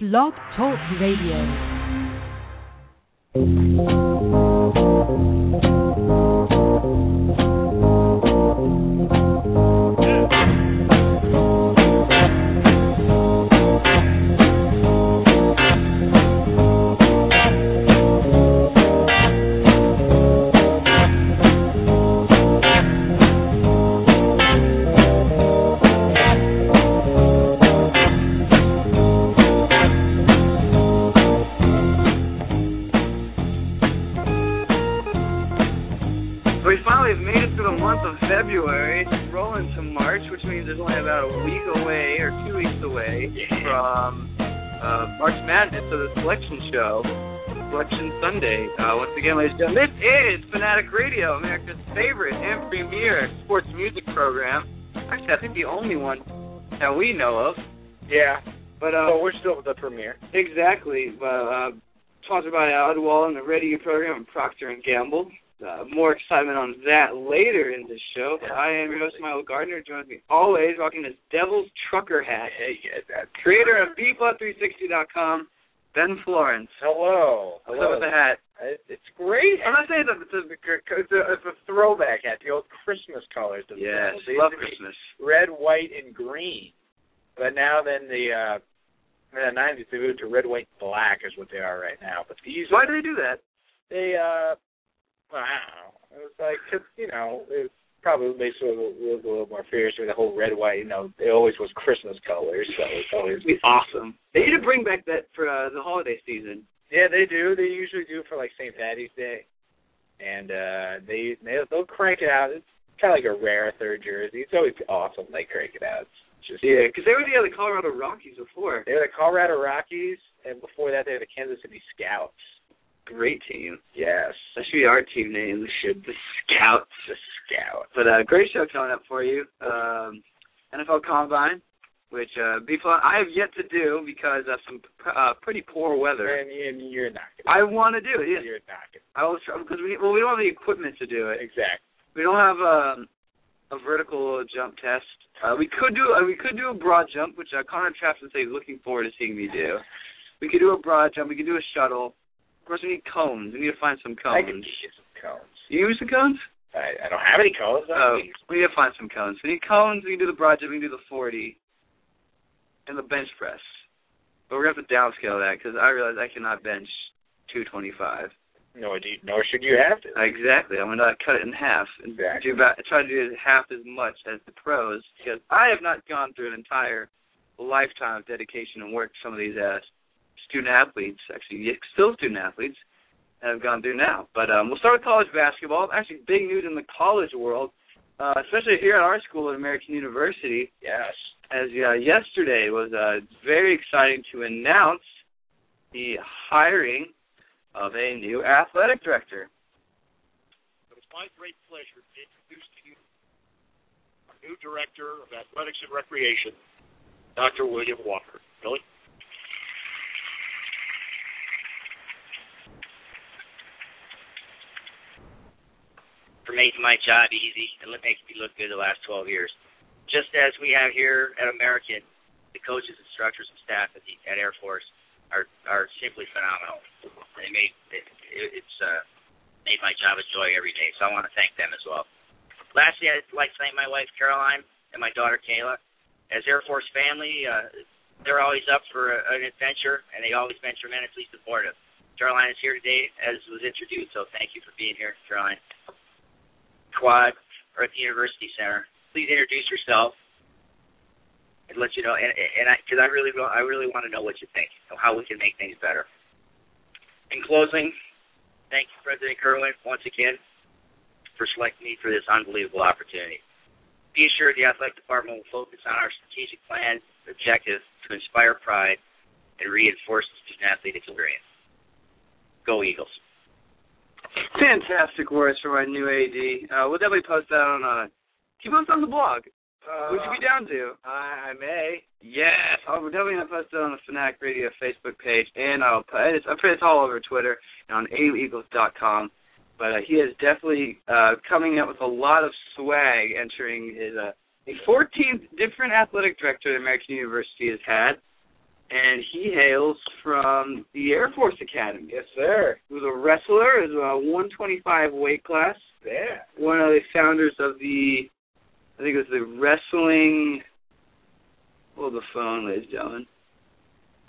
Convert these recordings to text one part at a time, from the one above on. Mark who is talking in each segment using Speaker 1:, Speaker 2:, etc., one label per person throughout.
Speaker 1: Blog Talk Radio.
Speaker 2: February, rolling to March, which means there's only about a week away or two weeks away from uh, March Madness, so the selection show, Selection Sunday. Uh, once again, ladies and gentlemen, this is Fanatic Radio, America's favorite and premier sports music program. Actually, I think the only one that we know of.
Speaker 3: Yeah,
Speaker 2: but uh,
Speaker 3: so we're still the premier.
Speaker 2: Exactly. But, uh, sponsored by Oddwall and the radio program, and Procter and Gamble. Uh, more excitement on that later in the show. But I am your host, Milo Gardner. Joins me always rocking his Devil's Trucker hat.
Speaker 3: Hey, yeah, that's
Speaker 2: Creator of BeatBot360.com, Ben Florence.
Speaker 3: Hello.
Speaker 2: What's
Speaker 3: Hello.
Speaker 2: up with the hat?
Speaker 3: It's great.
Speaker 2: I'm not saying that it's a,
Speaker 3: it's a, it's a throwback hat, the old Christmas colors. The
Speaker 2: yes,
Speaker 3: the,
Speaker 2: love Christmas.
Speaker 3: Red, white, and green. But now then the... Uh, in the 90s, they moved to red, white, and black is what they are right now. But these,
Speaker 2: why
Speaker 3: are,
Speaker 2: do they do that?
Speaker 3: They uh, well, I don't know. It was like, cause, you know, it probably makes it a little, a little more fierce with the whole red, white. You know, it always was Christmas colors, so it's always
Speaker 2: it's awesome. They need to bring back that for uh, the holiday season.
Speaker 3: Yeah, they do. They usually do for like St. Patty's Day, and uh they they'll, they'll crank it out. It's kind of like a rare third jersey. It's always awesome. They crank it out. It's just
Speaker 2: yeah, because they were the, uh, the Colorado Rockies before.
Speaker 3: They were the Colorado Rockies, and before that, they were the Kansas City Scouts
Speaker 2: great team.
Speaker 3: Yes.
Speaker 2: That should be our team name. We should the Scouts.
Speaker 3: The Scouts.
Speaker 2: But uh great show coming up for you. Um NFL Combine, which uh B plot I have yet to do because of some uh pretty poor weather.
Speaker 3: And, and you're not
Speaker 2: gonna I wanna do it, yes.
Speaker 3: You're not gonna
Speaker 2: I will try because we well we don't have the equipment to do it.
Speaker 3: Exactly.
Speaker 2: We don't have um a vertical jump test. Uh, we could do uh, we could do a broad jump, which uh, Connor Traps is looking forward to seeing me do. We could do a broad jump. We could do a shuttle. Of course, we need cones. We need to find some cones.
Speaker 3: I can get you some cones.
Speaker 2: You use the cones?
Speaker 3: I, I don't have any cones.
Speaker 2: Oh, we need to find some cones. We need cones. We can do the broad jump. We can do the 40 and the bench press. But we're going to have to downscale that because I realize I cannot bench 225.
Speaker 3: Nor, do you, nor should you have to.
Speaker 2: Exactly. I'm going to cut it in half and do
Speaker 3: exactly.
Speaker 2: about, try to do half as much as the pros because I have not gone through an entire lifetime of dedication and work some of these ass student athletes, actually still student athletes, have gone through now. But um, we'll start with college basketball. Actually, big news in the college world, uh, especially here at our school at American University.
Speaker 3: Yes.
Speaker 2: As uh, yesterday was uh, very exciting to announce the hiring of a new athletic director.
Speaker 4: It is my great pleasure to introduce to you our new director of athletics and recreation, Dr. William Walker. Billy?
Speaker 5: for making my job easy and it makes me look good the last 12 years. Just as we have here at American, the coaches, instructors, and staff at, the, at Air Force are are simply phenomenal. They made it, it, it's uh, made my job a joy every day. So I want to thank them as well. Lastly, I'd like to thank my wife Caroline and my daughter Kayla. As Air Force family, uh, they're always up for a, an adventure, and they always been tremendously supportive. Caroline is here today, as was introduced. So thank you for being here, Caroline quad or at the University Center. Please introduce yourself and let you know. And, and I, because I really, I really want to know what you think, how we can make things better. In closing, thank you, President Kerwin, once again, for selecting me for this unbelievable opportunity. Be assured the athletic department will focus on our strategic plan objective to inspire pride and reinforce the student athlete experience. Go Eagles!
Speaker 2: Fantastic words from our new AD. Uh, we'll definitely post that on. Uh, keep us on the blog.
Speaker 3: Uh,
Speaker 2: Would you be down to?
Speaker 3: I, I may.
Speaker 2: Yes, I'll definitely gonna post it on the Fanatic Radio Facebook page, and I'll put it's, I put it's all over Twitter and on aueagles.com. But uh, he is definitely uh, coming up with a lot of swag entering his uh, the 14th different athletic director the American University has had. and he hails from the Air Force Academy.
Speaker 3: Yes, sir.
Speaker 2: He was a wrestler, is a 125 weight class,
Speaker 3: Yeah.
Speaker 2: one of the founders of the, I think it was the wrestling. Hold the phone, ladies and gentlemen.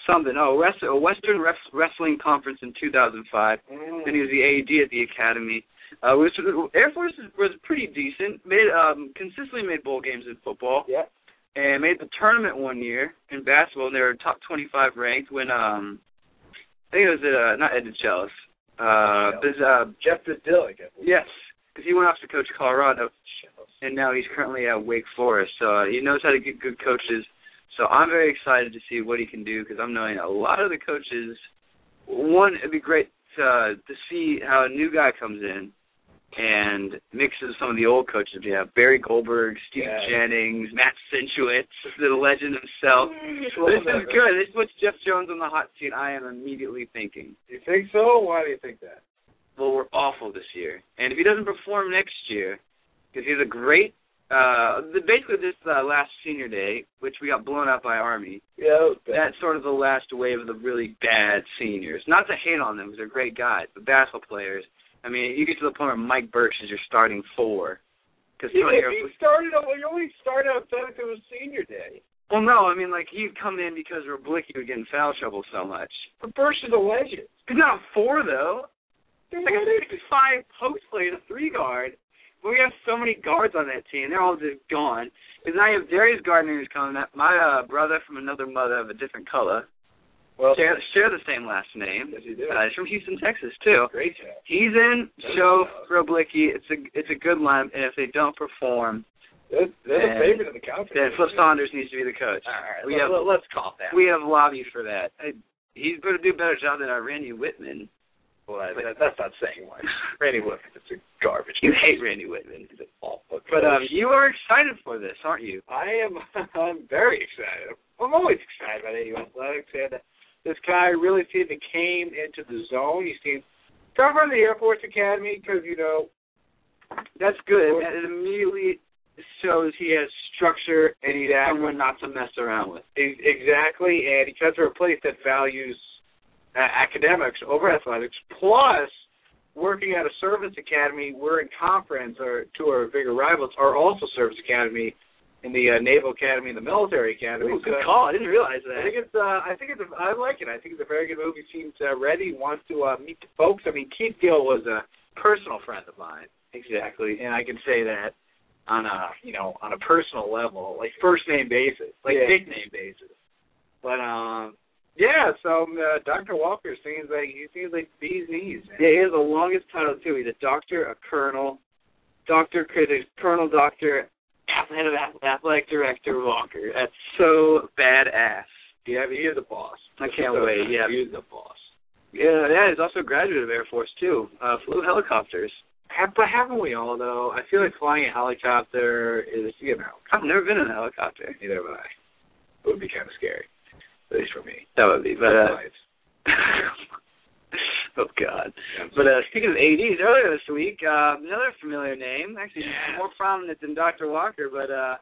Speaker 2: Something. Oh, wrest- a Western Ref- Wrestling Conference in 2005. Then he was the AD at the academy. Uh, which Air Force is- was pretty decent. Made um, consistently made bowl games in football
Speaker 3: Yeah.
Speaker 2: and made the tournament one year in basketball, and they were top 25 ranked when um, I think it was at, uh, not Ed DeChellis, uh,
Speaker 3: No.
Speaker 2: but it's, uh,
Speaker 3: Jeff Bedillick. I believe.
Speaker 2: yes, because he went off to coach Colorado,
Speaker 3: Shells.
Speaker 2: and now he's currently at Wake Forest. So uh, he knows how to get good coaches. So I'm very excited to see what he can do because I'm knowing a lot of the coaches. One, it'd be great to, to see how a new guy comes in and mixes some of the old coaches. We have Barry Goldberg, Steve
Speaker 3: Yeah.
Speaker 2: Jennings, Matt Sinchewitz, the legend himself. This is good. This puts Jeff Jones on the hot seat. I am immediately thinking,
Speaker 3: Do you think so? Why do you think that?
Speaker 2: well, we're awful this year, and if he doesn't perform next year, because he's a great, uh, the, basically this uh, last senior day, which we got blown out by Army.
Speaker 3: Yeah. That was bad.
Speaker 2: That's sort of the last wave of the really bad seniors. Not to hate on them, because they're great guys, but basketball players. I mean, you get to the point where Mike Burks is your starting four. Because
Speaker 3: Yeah, if he started on, well, you only start outside if it was senior day.
Speaker 2: well, no, I mean, like he'd come in because Roblicki would get in foul trouble so much.
Speaker 3: But Bursch is a legend.
Speaker 2: He's not a four though.
Speaker 3: Dude,
Speaker 2: Like
Speaker 3: what
Speaker 2: a
Speaker 3: is
Speaker 2: six five post player, a three guard. But we have so many guards on that team. They're all just gone. Because now you have Darius Gardner who's coming up. My uh, brother from another mother of a different color.
Speaker 3: Well,
Speaker 2: Share, share the same last name.
Speaker 3: yes, he did.
Speaker 2: Uh, he's from Houston, Texas too.
Speaker 3: Great job.
Speaker 2: He's in. Show Roblicki. It's a it's a good lineup. And if they don't perform,
Speaker 3: They're, they're
Speaker 2: And-
Speaker 3: the favorite of the conference.
Speaker 2: then Flip Saunders needs to be the coach.
Speaker 3: All right,
Speaker 2: We
Speaker 3: let-
Speaker 2: have-
Speaker 3: let- let's call that.
Speaker 2: We have lobby for that. I, he's going to do a better job than our Randy Whitman.
Speaker 3: Well, I- that- that's not saying much. Randy Wilkins is a garbage.
Speaker 2: You hate Randy Whitman.
Speaker 3: He's an awful.
Speaker 2: But um,
Speaker 3: coach.
Speaker 2: you are excited for this, aren't you?
Speaker 3: I am. I'm very excited. I'm always excited about AU athletics, and this guy really seemed to came into the zone. He seemed come from the Air Force Academy because you know
Speaker 2: That's good. And it immediately shows he has structure and he's
Speaker 3: Exactly.
Speaker 2: someone not to mess around with.
Speaker 3: e- exactly, and he comes from a place that values uh, academics over athletics. Plus, working at a service academy, we're in conference or to our bigger rivals are also service academy in the uh, Naval Academy and the Military Academy.
Speaker 2: Ooh,
Speaker 3: So-
Speaker 2: good call. I didn't realize
Speaker 3: I
Speaker 2: that.
Speaker 3: think it's. Uh, I think it's. A, I like it. I think it's a very good movie. Seems uh, ready. Wants to uh, meet the folks. I mean, Keith Gill was a personal friend of mine,
Speaker 2: Exactly.
Speaker 3: and I can say that on a you know on a personal level, like first name basis, like
Speaker 2: Yeah.
Speaker 3: nickname basis. But um, yeah. So uh, Dr. Walker seems like he seems like bees knees.
Speaker 2: Yeah,
Speaker 3: Man.
Speaker 2: he has the longest title too. He's a doctor, a colonel, doctor, critic, colonel, doctor, head of ath- athletic director, Walker. That's so badass.
Speaker 3: Yeah, but he is a boss.
Speaker 2: I can't wait, yeah.
Speaker 3: he is a boss.
Speaker 2: Yeah, yeah. He's also a graduate of Air Force too. Uh, flew helicopters.
Speaker 3: Have, but haven't we all though? I feel like flying a helicopter is you know
Speaker 2: I've never been in a helicopter.
Speaker 3: Neither have I. It would be kind of scary, at least for me.
Speaker 2: That would be, but uh,
Speaker 3: Otherwise,
Speaker 2: oh God.
Speaker 3: yeah.
Speaker 2: But uh, speaking of ADs, earlier this week, uh, another familiar name, actually
Speaker 3: Yeah.
Speaker 2: more prominent than Dr. Walker, but uh,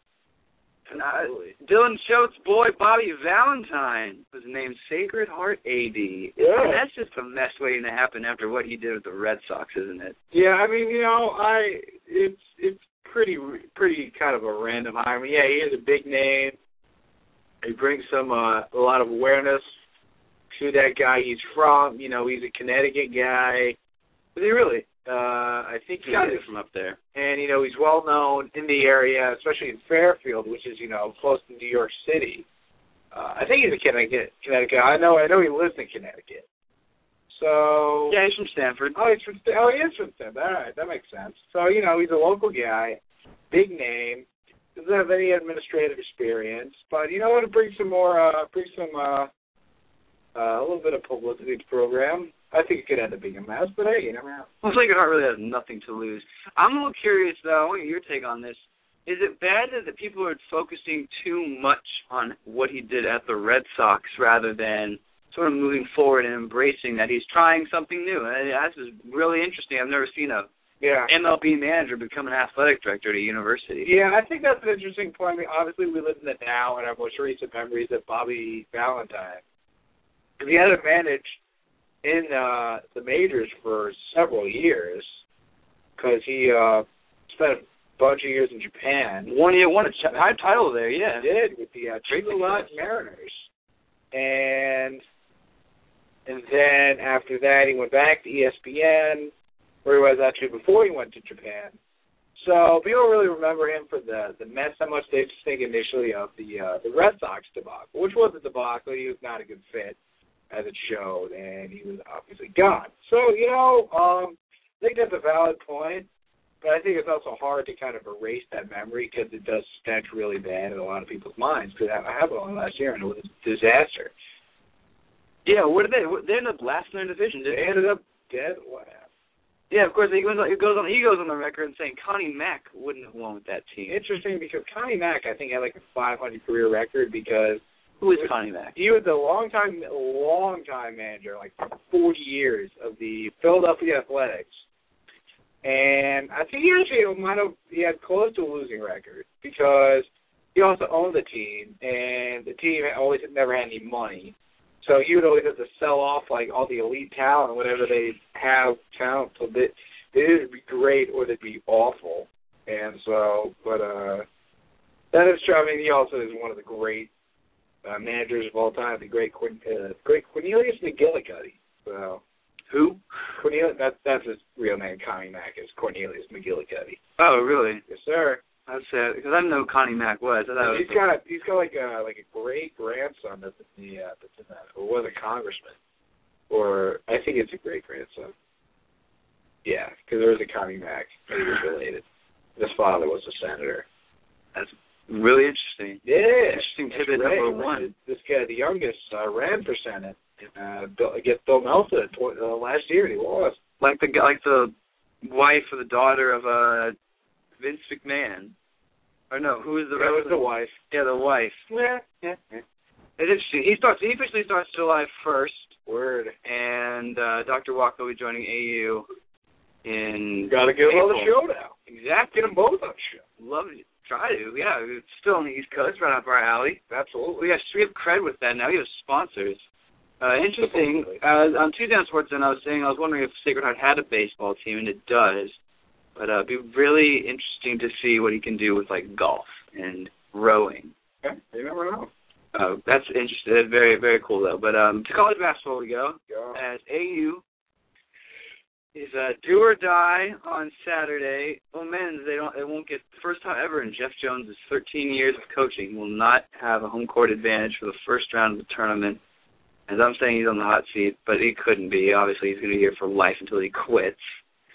Speaker 3: Absolutely.
Speaker 2: Dylan Schultz's boy Bobby Valentine was named Sacred Heart AD.
Speaker 3: Yeah.
Speaker 2: That's just a mess waiting to happen after what he did with the Red Sox, isn't it?
Speaker 3: yeah, I mean, you know, I it's it's pretty pretty kind of a random hire. I mean, yeah, he is a big name. He brings some uh, a lot of awareness to that guy he's from. You know, he's a Connecticut guy.
Speaker 2: Was he really?
Speaker 3: Uh, I think he
Speaker 2: He's got
Speaker 3: is.
Speaker 2: it from up there.
Speaker 3: and you know he's well known in the area, especially in Fairfield, which is you know close to New York City. Uh, I think he's a Connecticut. Connecticut. I know. I know he lives in Connecticut. So
Speaker 2: Yeah, he's from Stanford.
Speaker 3: oh, he's from. Sta- Oh, he is from Stanford. All right, that makes sense. So you know he's a local guy, big name. Doesn't have any administrative experience, but you know what? It brings some more. Uh, brings some. Uh, uh, a little bit of publicity to the program. I think it could end up being a mess, but hey, you never know.
Speaker 2: Well, Sacred Heart really has nothing to lose. I'm a little curious, though. I want your take on this. Is it bad that the people are focusing too much on what he did at the Red Sox rather than sort of moving forward and embracing that he's trying something new? And that's just really interesting. I've never seen a
Speaker 3: Yeah.
Speaker 2: MLB manager become an athletic director at a university.
Speaker 3: Yeah, I think that's an interesting point. I mean, obviously, we live in the now, and our most recent memory is of Bobby Valentine. If he had a manage in uh, the majors for several years because he uh, spent a bunch of years in Japan.
Speaker 2: One year, won a ch- high title there.
Speaker 3: He
Speaker 2: Yeah.
Speaker 3: did with the uh,
Speaker 2: Great
Speaker 3: Trigger Lodge Mariners, and and then after that, he went back to E ESPN, where he was actually before he went to Japan. So people don't really remember him for the the mess how much they just think initially of the uh, the Red Sox debacle, which was a debacle. He was not a good fit as it showed, and he was obviously gone. So you know, um, I think that's a valid point. But I think it's also hard to kind of erase that memory because it does stench really bad in a lot of people's minds. Because that happened only last year and it was a disaster.
Speaker 2: Yeah. What did they? What, they ended up last in their division. Didn't
Speaker 3: They
Speaker 2: they?
Speaker 3: ended up dead last.
Speaker 2: Yeah. Of course, he goes on. He goes on. He goes on the record and saying Connie Mack wouldn't have won with that team.
Speaker 3: Interesting because Connie Mack, I think, had like a 500 career record because
Speaker 2: Who is Connie Mack?
Speaker 3: he was a long time, long time manager, like 40 years of the Philadelphia Athletics. And I think he actually might have he had close to a losing record because he also owned the team, and the team had always never had any money. So he would always have to sell off like all the elite talent, whatever they have talent, so that they'd either be great or they'd be awful. And so, but uh, that is true. I mean, he also is one of the great uh, managers of all time, the great Quin- uh, great Cornelius McGillicuddy. So
Speaker 2: Who?
Speaker 3: Cornelius, that's that's his real name. Connie Mack is Cornelius McGillicuddy.
Speaker 2: Oh, really?
Speaker 3: Yes, sir.
Speaker 2: That's sad because I didn't know who Connie Mack was. I thought it
Speaker 3: he's
Speaker 2: was
Speaker 3: got he's got like a like a great grandson that's in the uh, that's in that who was a congressman, or I think it's a great grandson. Yeah, because there was a Connie Mack that he was related. His father was a senator.
Speaker 2: really interesting.
Speaker 3: Yeah,
Speaker 2: Interesting
Speaker 3: That's
Speaker 2: tidbit
Speaker 3: right.
Speaker 2: number one.
Speaker 3: This guy, the youngest, uh, ran for senate in, uh, Bill, against Bill Melton tw- uh, last year, and he lost.
Speaker 2: Like the gu- like the wife or the daughter of uh Vince McMahon. Or no, who is the
Speaker 3: that was the wife.
Speaker 2: yeah the wife.
Speaker 3: Yeah, yeah, yeah.
Speaker 2: It's interesting. He starts. He officially starts July first,
Speaker 3: Word.
Speaker 2: and uh, Dr. Walker will be joining AU in.
Speaker 3: Got to give all the
Speaker 2: April.
Speaker 3: show now.
Speaker 2: Exactly.
Speaker 3: Get them both on show.
Speaker 2: Love it. Try to. Yeah, it's still on the East Coast, right up our alley.
Speaker 3: Absolutely.
Speaker 2: We have we have cred with that now. We have sponsors. Uh, interesting.
Speaker 3: Absolutely.
Speaker 2: Uh, on Tuesday on Sports Zone, I was saying I was wondering if Sacred Heart had a baseball team, and it does. But uh, it'd be really interesting to see what he can do with like golf and rowing.
Speaker 3: Okay. You never know.
Speaker 2: Uh, that's interesting. That's very very cool though. But um, to college basketball we go
Speaker 3: Yeah.
Speaker 2: as AU is uh, do or die on Saturday. Well, men's they don't. They won't get first time ever in Jeff Jones' 13 years of coaching will not have a home court advantage for the first round of the tournament. As I'm saying, he's on the hot seat, but he couldn't be. Obviously, he's going to be here for life until he quits.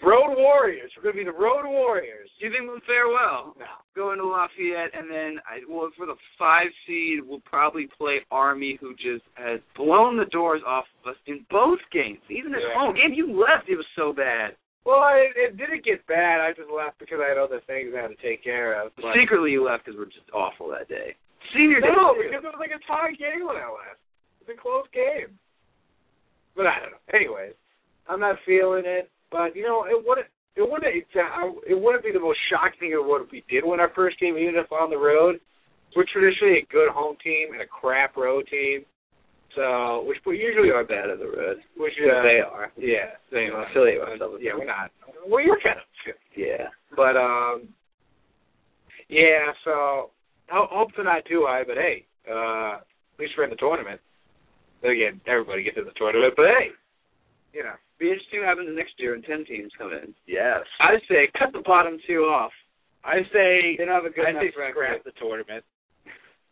Speaker 3: Road Warriors. We're gonna be the Road Warriors.
Speaker 2: Do you think we'll fare well?
Speaker 3: No.
Speaker 2: Going to Lafayette, and then I, well, for the five seed, we'll probably play Army, who just has blown the doors off of us in both games, even at
Speaker 3: Yeah.
Speaker 2: home. Game you left, it was so bad.
Speaker 3: Well, I, it didn't get bad. I just left because I had other things I had to take care of. But
Speaker 2: Secretly, you left because we're just awful that day. Senior day.
Speaker 3: No, because it was like a tie game when I left. It was a close game. But I don't know. Anyways, I'm not feeling it. But you know, it wouldn't. It wouldn't. It's, uh, it wouldn't be the most shocking thing it would if we did win our first game, even if on the road. We're traditionally a good home team and a crap road team. So, which we usually are bad at the road. Which uh,
Speaker 2: They are.
Speaker 3: Yeah,
Speaker 2: They don't affiliate myself with
Speaker 3: Yeah,
Speaker 2: them.
Speaker 3: we're not. Well, you're kind of.
Speaker 2: Yeah.
Speaker 3: But um yeah, so ho- hopefully not too high, but hey, uh at least we're in the tournament. Then again, everybody gets in the tournament, but hey. You know.
Speaker 2: Be interesting what happens next year when ten teams come in.
Speaker 3: Yes.
Speaker 2: I say cut the bottom two off.
Speaker 3: I say
Speaker 2: They don't have a good
Speaker 3: I
Speaker 2: enough
Speaker 3: say
Speaker 2: record.
Speaker 3: scrap the tournament.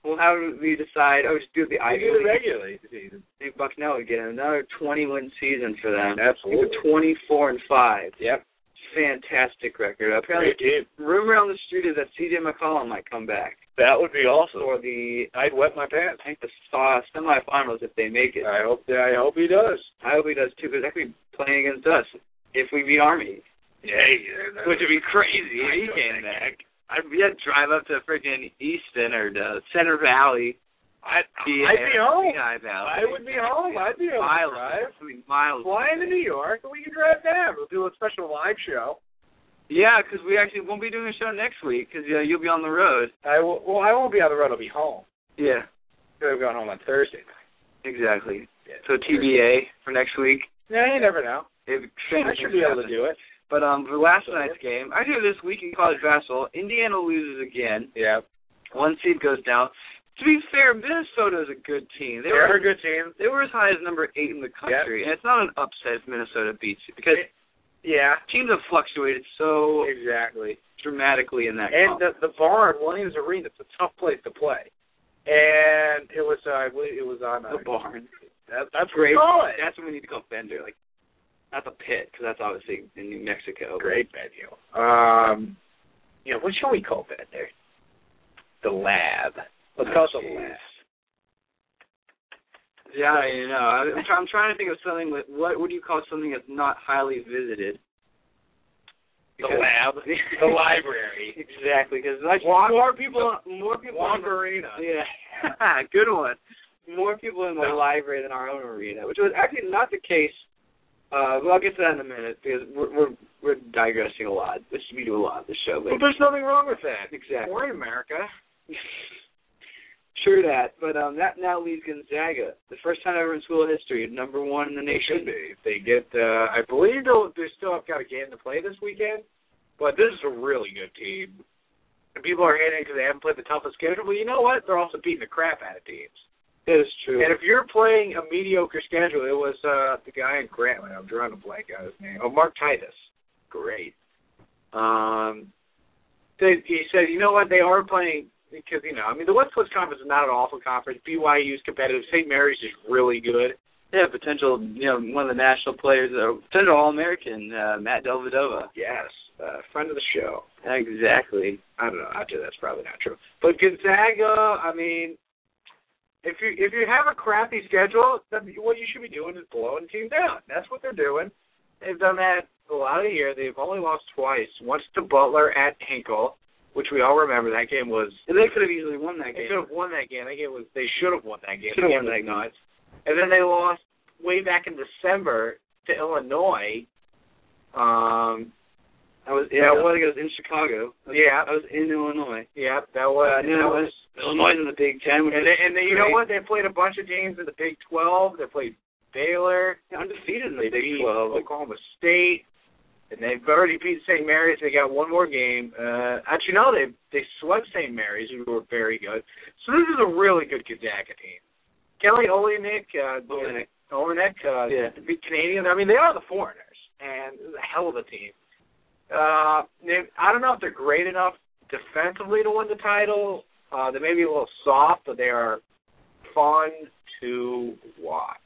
Speaker 2: Well, how do we decide? Oh, just do the
Speaker 3: I
Speaker 2: Ivy
Speaker 3: do the
Speaker 2: League.
Speaker 3: regular season.
Speaker 2: Think Bucknell would get another twenty-win season for them. They
Speaker 3: Absolutely.
Speaker 2: were Twenty-four and five.
Speaker 3: Yep.
Speaker 2: Fantastic record. Apparently,
Speaker 3: team.
Speaker 2: rumor on the street is that C.J. McCollum might come back
Speaker 3: That would be awesome.
Speaker 2: for the
Speaker 3: I'd wet my pants.
Speaker 2: I think the saw semifinals if they make it.
Speaker 3: I hope I hope he does.
Speaker 2: I hope he does too, because that could be playing against us if we beat Army,
Speaker 3: Yeah,
Speaker 2: which would be crazy if
Speaker 3: I
Speaker 2: he
Speaker 3: don't
Speaker 2: came
Speaker 3: think-
Speaker 2: back. I'd be I'd drive up to freaking Easton or to Center Valley.
Speaker 3: I'd,
Speaker 2: the
Speaker 3: I'd be home.
Speaker 2: Lehigh Valley.
Speaker 3: I would be home. I'd be home.
Speaker 2: miles.
Speaker 3: Drive.
Speaker 2: I mean, miles.
Speaker 3: Fly into New York, and we can drive down. We'll do a special live show.
Speaker 2: Yeah, because we actually won't be doing a show next week because yeah, you'll be on the road.
Speaker 3: I will, well, I won't be on the road. I'll be home.
Speaker 2: Yeah,
Speaker 3: I'm going home on Thursday. night.
Speaker 2: exactly.
Speaker 3: Yeah,
Speaker 2: So TBA for next week.
Speaker 3: Yeah, you never know.
Speaker 2: If
Speaker 3: I should be able to do it.
Speaker 2: But um, for last night's game, actually this week in college basketball, Indiana loses again.
Speaker 3: Yeah,
Speaker 2: One seed goes down. To be fair, Minnesota's a good team. They
Speaker 3: they're
Speaker 2: were
Speaker 3: a good team.
Speaker 2: they were as high as number eight in the country, and it's not an upset if Minnesota beats you because
Speaker 3: Yeah,
Speaker 2: teams have fluctuated so
Speaker 3: exactly.
Speaker 2: dramatically in that.
Speaker 3: And uh,
Speaker 2: conference.
Speaker 3: the the barn, Williams Arena, it's a tough place to play. And it was, uh, I believe, it was on. Uh,
Speaker 2: the barn.
Speaker 3: that,
Speaker 2: That's great. That's when we need to go Bender, like not the pit, because that's obviously in New Mexico.
Speaker 3: great venue. Um, you know, what should we call that there? The lab. Let's
Speaker 2: Oh,
Speaker 3: call it the lab.
Speaker 2: Yeah, I know. I- I'm, try- I'm trying to think of something. With, what would you call something that's not highly visited?
Speaker 3: The
Speaker 2: Because-
Speaker 3: lab. The library.
Speaker 2: exactly, because like
Speaker 3: Walk-
Speaker 2: more people, more people.
Speaker 3: Walk
Speaker 2: in the-
Speaker 3: Arena.
Speaker 2: yeah, good one. More people in the library than our own arena, which was actually not the case. Uh, well, I'll get to that in a minute because we're we're, we're digressing a lot, which we do a lot of the show.
Speaker 3: Well,
Speaker 2: But
Speaker 3: there's nothing wrong with that.
Speaker 2: exactly.
Speaker 3: We're in America.
Speaker 2: Sure that, but um, that now leaves Gonzaga, the first time ever in school history, number one in the
Speaker 3: They
Speaker 2: nation.
Speaker 3: should be. If they get, uh, I believe they'll, they still have got a game to play this weekend, but this is a really good team. And people are hating because they haven't played the toughest schedule. Well, you know what? They're also beating the crap out of teams.
Speaker 2: That is true.
Speaker 3: And if you're playing a mediocre schedule, it was uh the guy in Grantland. I'm drawing a blank on his name. Oh, Mark Titus. Great. Um, they, he said, you know what? They are playing because you know, I mean, the West Coast Conference is not an awful conference. BYU is competitive. St. Mary's is really good.
Speaker 2: They have potential, you know, one of the national players, uh, potential All-American, uh, Matt Delvedova.
Speaker 3: Yes, uh, friend of the show.
Speaker 2: Exactly.
Speaker 3: I don't know. Actually, that's probably not true. But Gonzaga, I mean, if you if you have a crappy schedule, then what you should be doing is blowing teams down. That's what they're doing. They've done that a lot of the year. They've only lost twice. Once to Butler at Hinkle, which we all remember. That game was
Speaker 2: And they could have easily won that
Speaker 3: they
Speaker 2: game.
Speaker 3: could have won that game. That game was they should have won that game.
Speaker 2: Should have won
Speaker 3: That game
Speaker 2: that
Speaker 3: was nuts. And then they lost way back in December to Illinois. Um,
Speaker 2: I was, yeah, I was, I was in Chicago. I was,
Speaker 3: yeah,
Speaker 2: I was in Illinois.
Speaker 3: yeah, that was
Speaker 2: Uh, no,
Speaker 3: that
Speaker 2: it was Illinois in the Big Ten. Which
Speaker 3: And
Speaker 2: is
Speaker 3: they, and they, you know what? They played a bunch of games in the Big 12. They played Baylor.
Speaker 2: undefeated in
Speaker 3: They
Speaker 2: the Big
Speaker 3: beat
Speaker 2: 12.
Speaker 3: Oklahoma State. And they've already beat St. Mary's. They got one more game. Uh, actually, no, they they swept St. Mary's, who were very good. So this is a really good Gonzaga team. Kelly Olynyk, uh,
Speaker 2: Olenek.
Speaker 3: Olenek, uh,
Speaker 2: Yeah.
Speaker 3: to be Canadian. I mean, they are the foreigners, and this is a hell of a team. Uh, they, I don't know if they're great enough defensively to win the title. Uh, they may be a little soft, but they are fun to watch.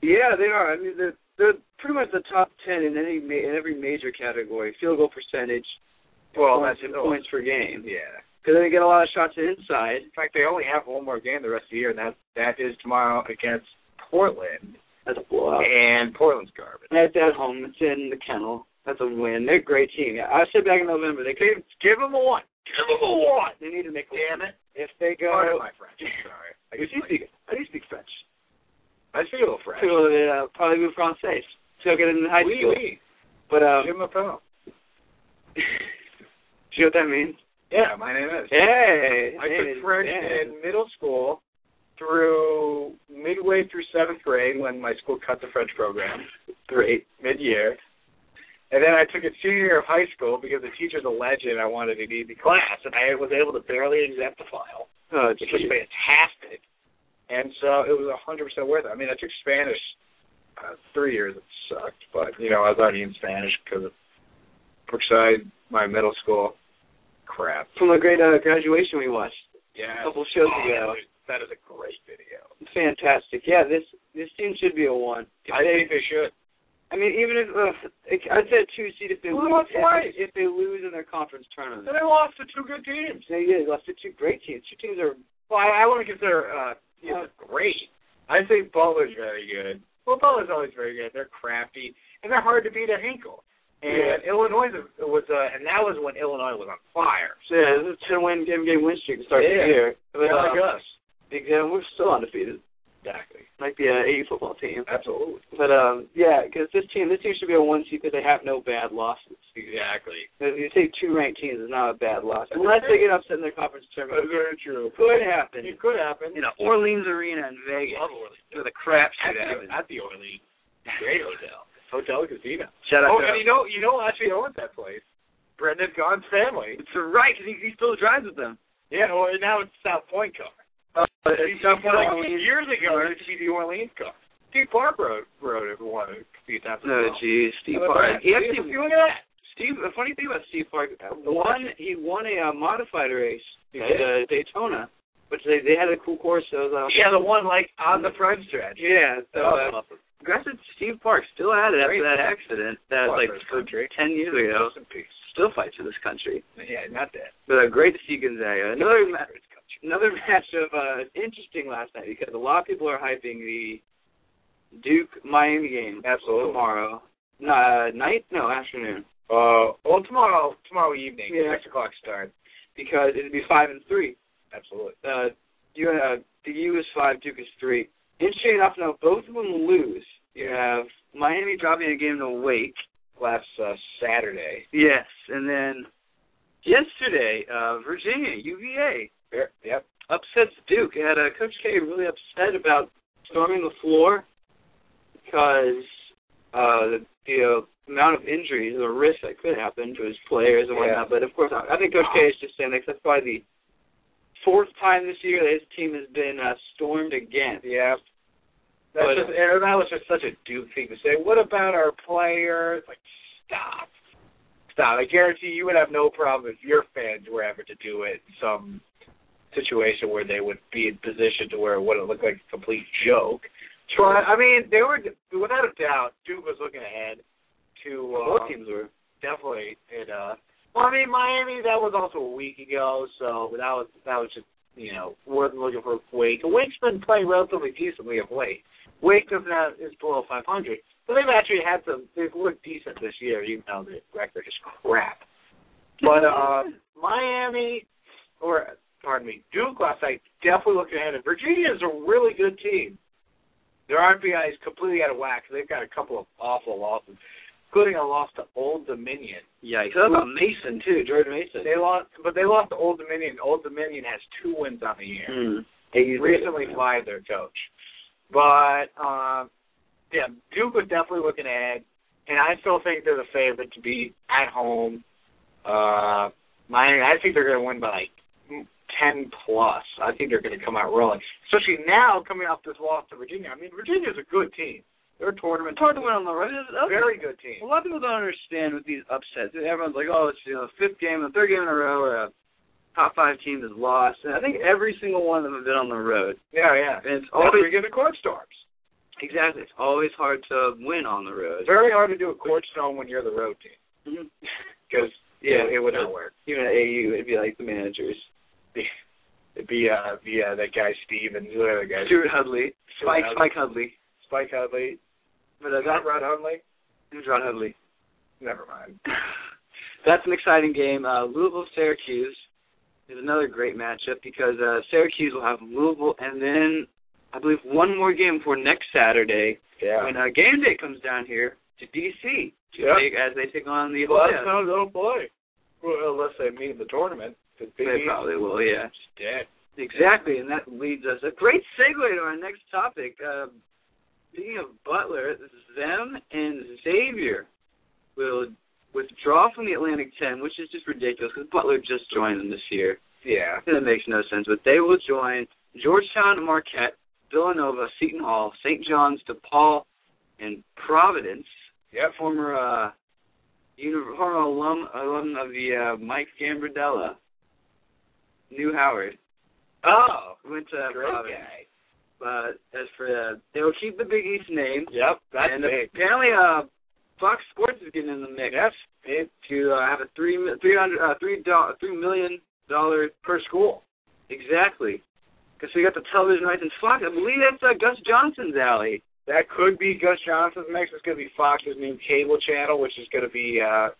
Speaker 2: Yeah, they are. I mean, they're they're pretty much the top ten in any ma- in every major category: field goal percentage,
Speaker 3: Well,
Speaker 2: points,
Speaker 3: that's
Speaker 2: and points per game.
Speaker 3: Yeah.
Speaker 2: Because they get a lot of shots inside.
Speaker 3: In fact, they only have one more game the rest of the year, and that that is tomorrow against Portland.
Speaker 2: That's a blowout.
Speaker 3: And Portland's garbage.
Speaker 2: That's at home. It's in the kennel. That's a win. They're a great team. Yeah, I said back in November they could.
Speaker 3: Give, give them a one. Give them a one.
Speaker 2: They need to make. a-
Speaker 3: Damn it.
Speaker 2: If they go,
Speaker 3: Pardon my French. I'm Sorry. I
Speaker 2: If you
Speaker 3: guess
Speaker 2: speak, I do speak French.
Speaker 3: I speak a little French.
Speaker 2: So, uh, probably be français. So get in high
Speaker 3: Oui,
Speaker 2: school.
Speaker 3: oui.
Speaker 2: But um,
Speaker 3: Give them a phone.
Speaker 2: see what that means?
Speaker 3: Yeah, my name is.
Speaker 2: Hey,
Speaker 3: I
Speaker 2: hey,
Speaker 3: took French
Speaker 2: yeah.
Speaker 3: in middle school through midway through seventh grade when my school cut the French program
Speaker 2: Great.
Speaker 3: mid year. And then I took it senior year of high school because the teacher's a legend. I wanted to be in the class, and I was able to barely exempt the file,
Speaker 2: Oh,
Speaker 3: which was
Speaker 2: geez.
Speaker 3: fantastic. And so it was 100% worth it. I mean, I took Spanish uh, three years. It sucked, but, you know, I was already in Spanish because of Brookside, my middle school. Crap.
Speaker 2: from a great uh, graduation we watched
Speaker 3: Yeah.
Speaker 2: a couple shows
Speaker 3: Oh,
Speaker 2: ago.
Speaker 3: that is- That is a great video.
Speaker 2: Fantastic. Yeah, this this team should be a one.
Speaker 3: I think they should.
Speaker 2: I mean, even if uh, I'd say a two seed if they
Speaker 3: Well,
Speaker 2: lose
Speaker 3: that's right.
Speaker 2: if they lose in their conference tournament.
Speaker 3: they lost to two good teams.
Speaker 2: They did. They lost to two great teams. Two teams are
Speaker 3: Well, I, I wouldn't consider uh, you know, great. I think Butler's very good. Well, Butler's always very good. They're crafty and they're hard to beat at Hinkle. And Illinois was, uh, and that was when Illinois was on fire.
Speaker 2: yeah, this is a ten win game game win streak to start
Speaker 3: Yeah.
Speaker 2: the year. But,
Speaker 3: They're
Speaker 2: uh,
Speaker 3: like us.
Speaker 2: yeah, we're still undefeated.
Speaker 3: Exactly.
Speaker 2: Might be a AU football team.
Speaker 3: Absolutely.
Speaker 2: But um, yeah, because this team this team should be a one seed because they have no bad losses.
Speaker 4: Exactly.
Speaker 2: You take two ranked teams is not a bad loss, unless they get upset in their conference tournament.
Speaker 3: That's very true.
Speaker 2: It could happen.
Speaker 3: It could happen.
Speaker 2: You know, Orleans Arena in Vegas
Speaker 4: Love Orleans.
Speaker 2: with a
Speaker 4: At
Speaker 2: crapshoot
Speaker 4: the,
Speaker 2: happens.
Speaker 4: at the Orleans. Great hotel.
Speaker 3: Hotel Casino.
Speaker 2: Shout out
Speaker 3: Oh,
Speaker 2: to
Speaker 3: and you know, you know, who actually owns that place. Brendan Gaughan's family.
Speaker 2: it's right because he, he still drives with them.
Speaker 3: Yeah, well, and now it's South Point car.
Speaker 2: Uh,
Speaker 3: It's South Point like, years ago, it used to be the Orleans car. Steve Parr wrote, wrote it one of the times.
Speaker 2: No, Oh, geez, Steve
Speaker 3: Look at
Speaker 2: Park.
Speaker 3: that.
Speaker 2: He
Speaker 3: See,
Speaker 2: actually,
Speaker 3: see, look at that.
Speaker 2: Steve. The funny thing about Steve Park, one, he won a uh, modified race at uh, Daytona, which they they had a cool course. So it was, uh,
Speaker 3: Yeah, the one like on the front stretch.
Speaker 2: yeah. So uh,
Speaker 3: Oh,
Speaker 2: Granted, Steve Park still had it after
Speaker 3: Great.
Speaker 2: that accident that was like
Speaker 3: Parker's country.
Speaker 2: ten years ago.
Speaker 3: Rest in peace.
Speaker 2: Still fights for this country.
Speaker 3: Yeah, not that.
Speaker 2: But uh, great to see Gonzaga. Another ma-
Speaker 3: It's country.
Speaker 2: another match of uh, interesting last night because a lot of people are hyping the Duke Miami game
Speaker 3: Absolutely.
Speaker 2: tomorrow. No, uh, night? No, afternoon.
Speaker 3: Uh, well, tomorrow, tomorrow evening,
Speaker 2: Yeah.
Speaker 3: six o'clock start.
Speaker 2: Because it'd be five and three.
Speaker 3: Absolutely.
Speaker 2: Uh, you uh, the U is five, Duke is three. Interesting enough, now both of them lose. You have Miami dropping a game to Wake.
Speaker 3: Last uh, Saturday.
Speaker 2: Yes, and then yesterday, uh, Virginia UVA
Speaker 3: Yep. Yep.
Speaker 2: upsets Duke. Had uh, Coach K really upset about storming the floor because uh, the, the uh, amount of injuries or risk that could happen to his players and whatnot.
Speaker 3: Yeah.
Speaker 2: But of course, I I think Coach K is just saying that 'cause that's probably the fourth time this year that his team has been uh, stormed again.
Speaker 3: Yeah. That's
Speaker 2: But-
Speaker 3: just, and that was just such a Duke thing to say. What about our players? Like, stop. Stop. I guarantee you would have no problem if your fans were ever to do it in some situation where they would be in position to where it wouldn't look like a complete joke. Try, I mean, they were, without a doubt, Duke was looking ahead to uh,
Speaker 2: Both teams were.
Speaker 3: definitely it uh well I mean Miami that was also a week ago, so that was that was just you know, wasn't looking for Wake. And Wake's been playing relatively decently of late. Wake doesn't have is below five hundred. But they've actually had some they've looked decent this year, even though the record is crap. But uh Miami or pardon me, Duke last night definitely looked ahead and Virginia is a really good team. Their RBI is completely out of whack. They've got a couple of awful losses, including a loss to Old Dominion.
Speaker 2: Yikes. How about Mason, too? Jordan Mason.
Speaker 3: They lost, but they lost to Old Dominion. Old Dominion has two wins on the year.
Speaker 2: Mm.
Speaker 3: Recently fired their coach, but um, yeah, Duke was definitely looking ahead, and I still think they're the favorite to be at home. Uh, Miami, I think they're going to win by like ten plus. I think they're going to come out rolling, especially now coming off this loss to Virginia. I mean, Virginia's a good team. They're a tournament.
Speaker 2: It's hard to win on the road.
Speaker 3: Very good team.
Speaker 2: A lot of people don't understand with these upsets. Everyone's like, oh, it's you know, the fifth game, the third game in a row, where a top five team has lost. And I think every single one of them have been on the road.
Speaker 3: Yeah, yeah.
Speaker 2: And it's
Speaker 3: Always
Speaker 2: always
Speaker 3: get the court storms.
Speaker 2: exactly. It's always hard to win on the road.
Speaker 3: Very hard to do a court storm when you're the road team.
Speaker 2: Mhm.
Speaker 3: because
Speaker 2: Yeah.
Speaker 3: it, it would not work.
Speaker 2: Even at AU, it'd be like the managers.
Speaker 3: It'd be uh, be uh, that guy Steve and the other guy
Speaker 2: Stuart Hudley, Spike, Spike Hudley,
Speaker 3: Spike Hudley.
Speaker 2: but uh,
Speaker 3: Is
Speaker 2: that
Speaker 3: that Rod Hundley?
Speaker 2: John Hudley.
Speaker 3: Never mind.
Speaker 2: That's an exciting game. Uh, Louisville Syracuse is another great matchup because uh, Syracuse will have Louisville and then I believe one more game for next Saturday
Speaker 3: Yeah.
Speaker 2: when uh, game day comes down here to DC to
Speaker 3: Yeah.
Speaker 2: take, as they take on the
Speaker 3: well,
Speaker 2: Ohio.
Speaker 3: that's how they'll play. Well, unless they meet in the tournament, because Big
Speaker 2: They
Speaker 3: East
Speaker 2: probably will, yeah.
Speaker 3: is dead.
Speaker 2: Exactly, and that leads us a great segue to our next topic. Uh, speaking of Butler, Zem and Xavier will withdraw from the Atlantic 10, which is just ridiculous because Butler just joined them this year.
Speaker 3: Yeah.
Speaker 2: That makes no sense, but they will join Georgetown, Marquette, Villanova, Seton Hall, St. John's, DePaul, and Providence.
Speaker 3: Yep.
Speaker 2: Former uh, uni- former alum alum of the uh, Mike Gambardella, New Howard,
Speaker 3: Oh,
Speaker 2: went to
Speaker 3: great
Speaker 2: Providence.
Speaker 3: guy.
Speaker 2: But as for uh, they will keep the Big East name,
Speaker 3: Yep, that's
Speaker 2: and
Speaker 3: big.
Speaker 2: apparently uh, Fox Sports is getting in the mix
Speaker 3: Yes, it
Speaker 2: to uh, have a three mi- three hundred uh, three do- three million dollar
Speaker 3: per school.
Speaker 2: Exactly. Because we got the television rights in Fox. I believe that's uh, Gus Johnson's alley.
Speaker 3: That could be Gus Johnson's next. It's going to be Fox's new cable channel, which is going to be uh,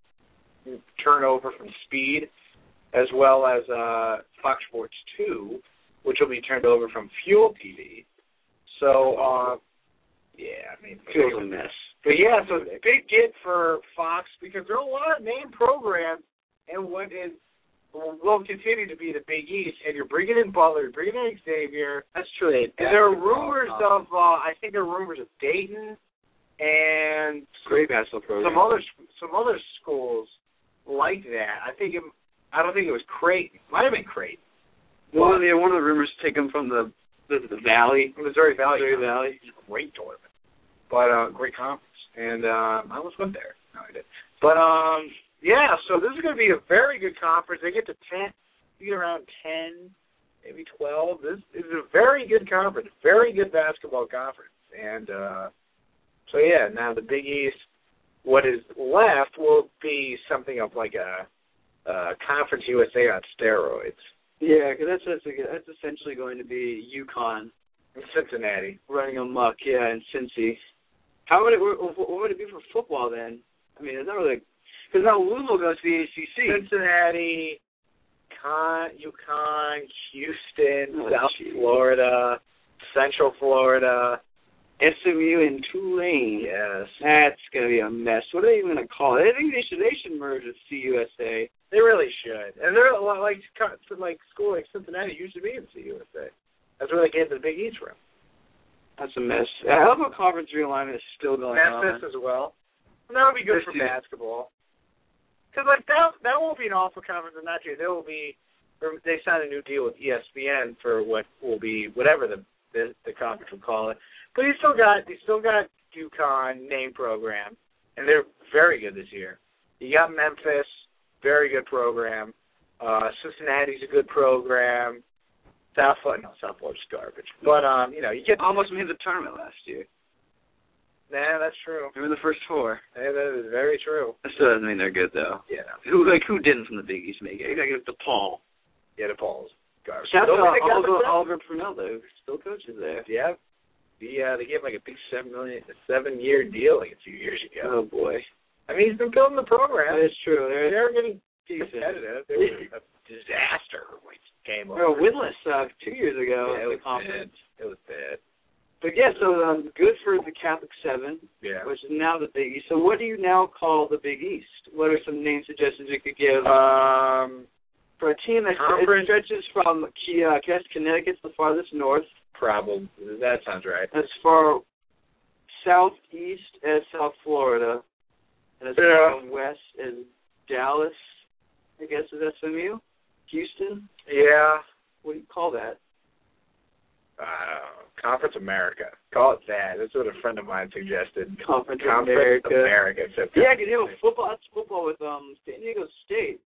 Speaker 3: turnover from Speed, as well as uh, Fox Sports 2, which will be turned over from Fuel TV. So, uh, yeah, I mean,
Speaker 2: Feels a mess.
Speaker 3: But yeah, so it's a big get for Fox because there are a lot of name programs and what is will continue to be the Big East. And you're bringing in Butler, you're bringing in Xavier.
Speaker 2: That's true.
Speaker 3: And there are rumors of uh, I think there are rumors of Dayton and
Speaker 2: great basketball program.
Speaker 3: some other some other schools like that. I think it, I don't think it was Creighton. Might have been Creighton,
Speaker 2: One of the one of the rumors take them from the the, the valley,
Speaker 3: Missouri Valley.
Speaker 2: Missouri Valley.
Speaker 3: great tournament. But uh great conference. And um I almost went there. No, I did. But um yeah, so this is gonna be a very good conference. They get to ten you get around ten, maybe twelve. This is a very good conference, very good basketball conference. And uh so yeah, now the Big East what is left will be something of like a uh conference USA on steroids.
Speaker 2: Yeah, because that's that's, a, that's essentially going to be UConn
Speaker 3: Cincinnati.
Speaker 2: running amok. Yeah, in Cincy. How would it? What what would it be for football then? I mean, it's not really because now Louisville goes to the ACC.
Speaker 3: Cincinnati, Con, UConn, Houston,
Speaker 2: Oh,
Speaker 3: South
Speaker 2: gee.
Speaker 3: Florida, Central Florida.
Speaker 2: SMU and Tulane.
Speaker 3: Yes,
Speaker 2: That's gonna be a mess. What are they even gonna call it? I think they should they should merge with CUSA.
Speaker 3: they really should. And they're a lot like co- like school like Cincinnati used to be in CUSA. That's where they came to the Big East from.
Speaker 2: That's a mess. I love how conference realignment is still going on.
Speaker 3: Memphis as well. And that would be good
Speaker 2: This
Speaker 3: for
Speaker 2: is-
Speaker 3: basketball. Because like that that won't be an awful conference in that year. They will be. or They signed a new deal with E ESPN for what will be whatever the the, the conference will call it. But you still got you still got UConn name program, and they're very good this year. You got Memphis, very good program. Uh Cincinnati's a good program. South Florida, no, South Florida's garbage. But um, you know, you get
Speaker 2: Almost made the tournament last year.
Speaker 3: nah, that's true.
Speaker 2: They were in the first four.
Speaker 3: Yeah, that is very true.
Speaker 2: That still doesn't mean they're good though.
Speaker 3: Yeah.
Speaker 2: Who like who didn't from the Big East make it? Like DePaul.
Speaker 3: Yeah, the Paul's garbage.
Speaker 2: Shout out
Speaker 3: Don't
Speaker 2: to
Speaker 3: think I'm
Speaker 2: Oliver,
Speaker 3: upset.
Speaker 2: Oliver Purnell though, who still coaches there.
Speaker 3: Yeah. The, uh, they gave him like a big seven million, seven year deal like a few years
Speaker 2: Oh
Speaker 3: ago.
Speaker 2: boy,
Speaker 3: I mean, he's been building the
Speaker 2: that
Speaker 3: program.
Speaker 2: is true.
Speaker 3: They
Speaker 2: They're
Speaker 3: were getting
Speaker 2: decent.
Speaker 3: competitive. They were a disaster when it came
Speaker 2: They were
Speaker 3: over.
Speaker 2: winless uh, two years ago. at
Speaker 3: Yeah, it
Speaker 2: the
Speaker 3: was bad.
Speaker 2: conference.
Speaker 3: It was bad.
Speaker 2: But yeah, so um, good for the Catholic Seven,
Speaker 3: Yeah.
Speaker 2: which is now the Big East. So what do you now call the Big East? What are some name suggestions you could give
Speaker 3: Um,
Speaker 2: for a team that it
Speaker 3: conference-
Speaker 2: stretches from Ke- uh, I guess Connecticut's the farthest north,
Speaker 3: probably that sounds right.
Speaker 2: as far southeast as South Florida, and as far west as Dallas. I guess is SMU, Houston.
Speaker 3: Yeah.
Speaker 2: what do you call that?
Speaker 3: Uh, Conference America. Call it that. That's what a friend of mine suggested.
Speaker 2: Conference, of
Speaker 3: Conference
Speaker 2: America.
Speaker 3: America. Except
Speaker 2: Yeah, because they have a football. That's football with um San Diego State.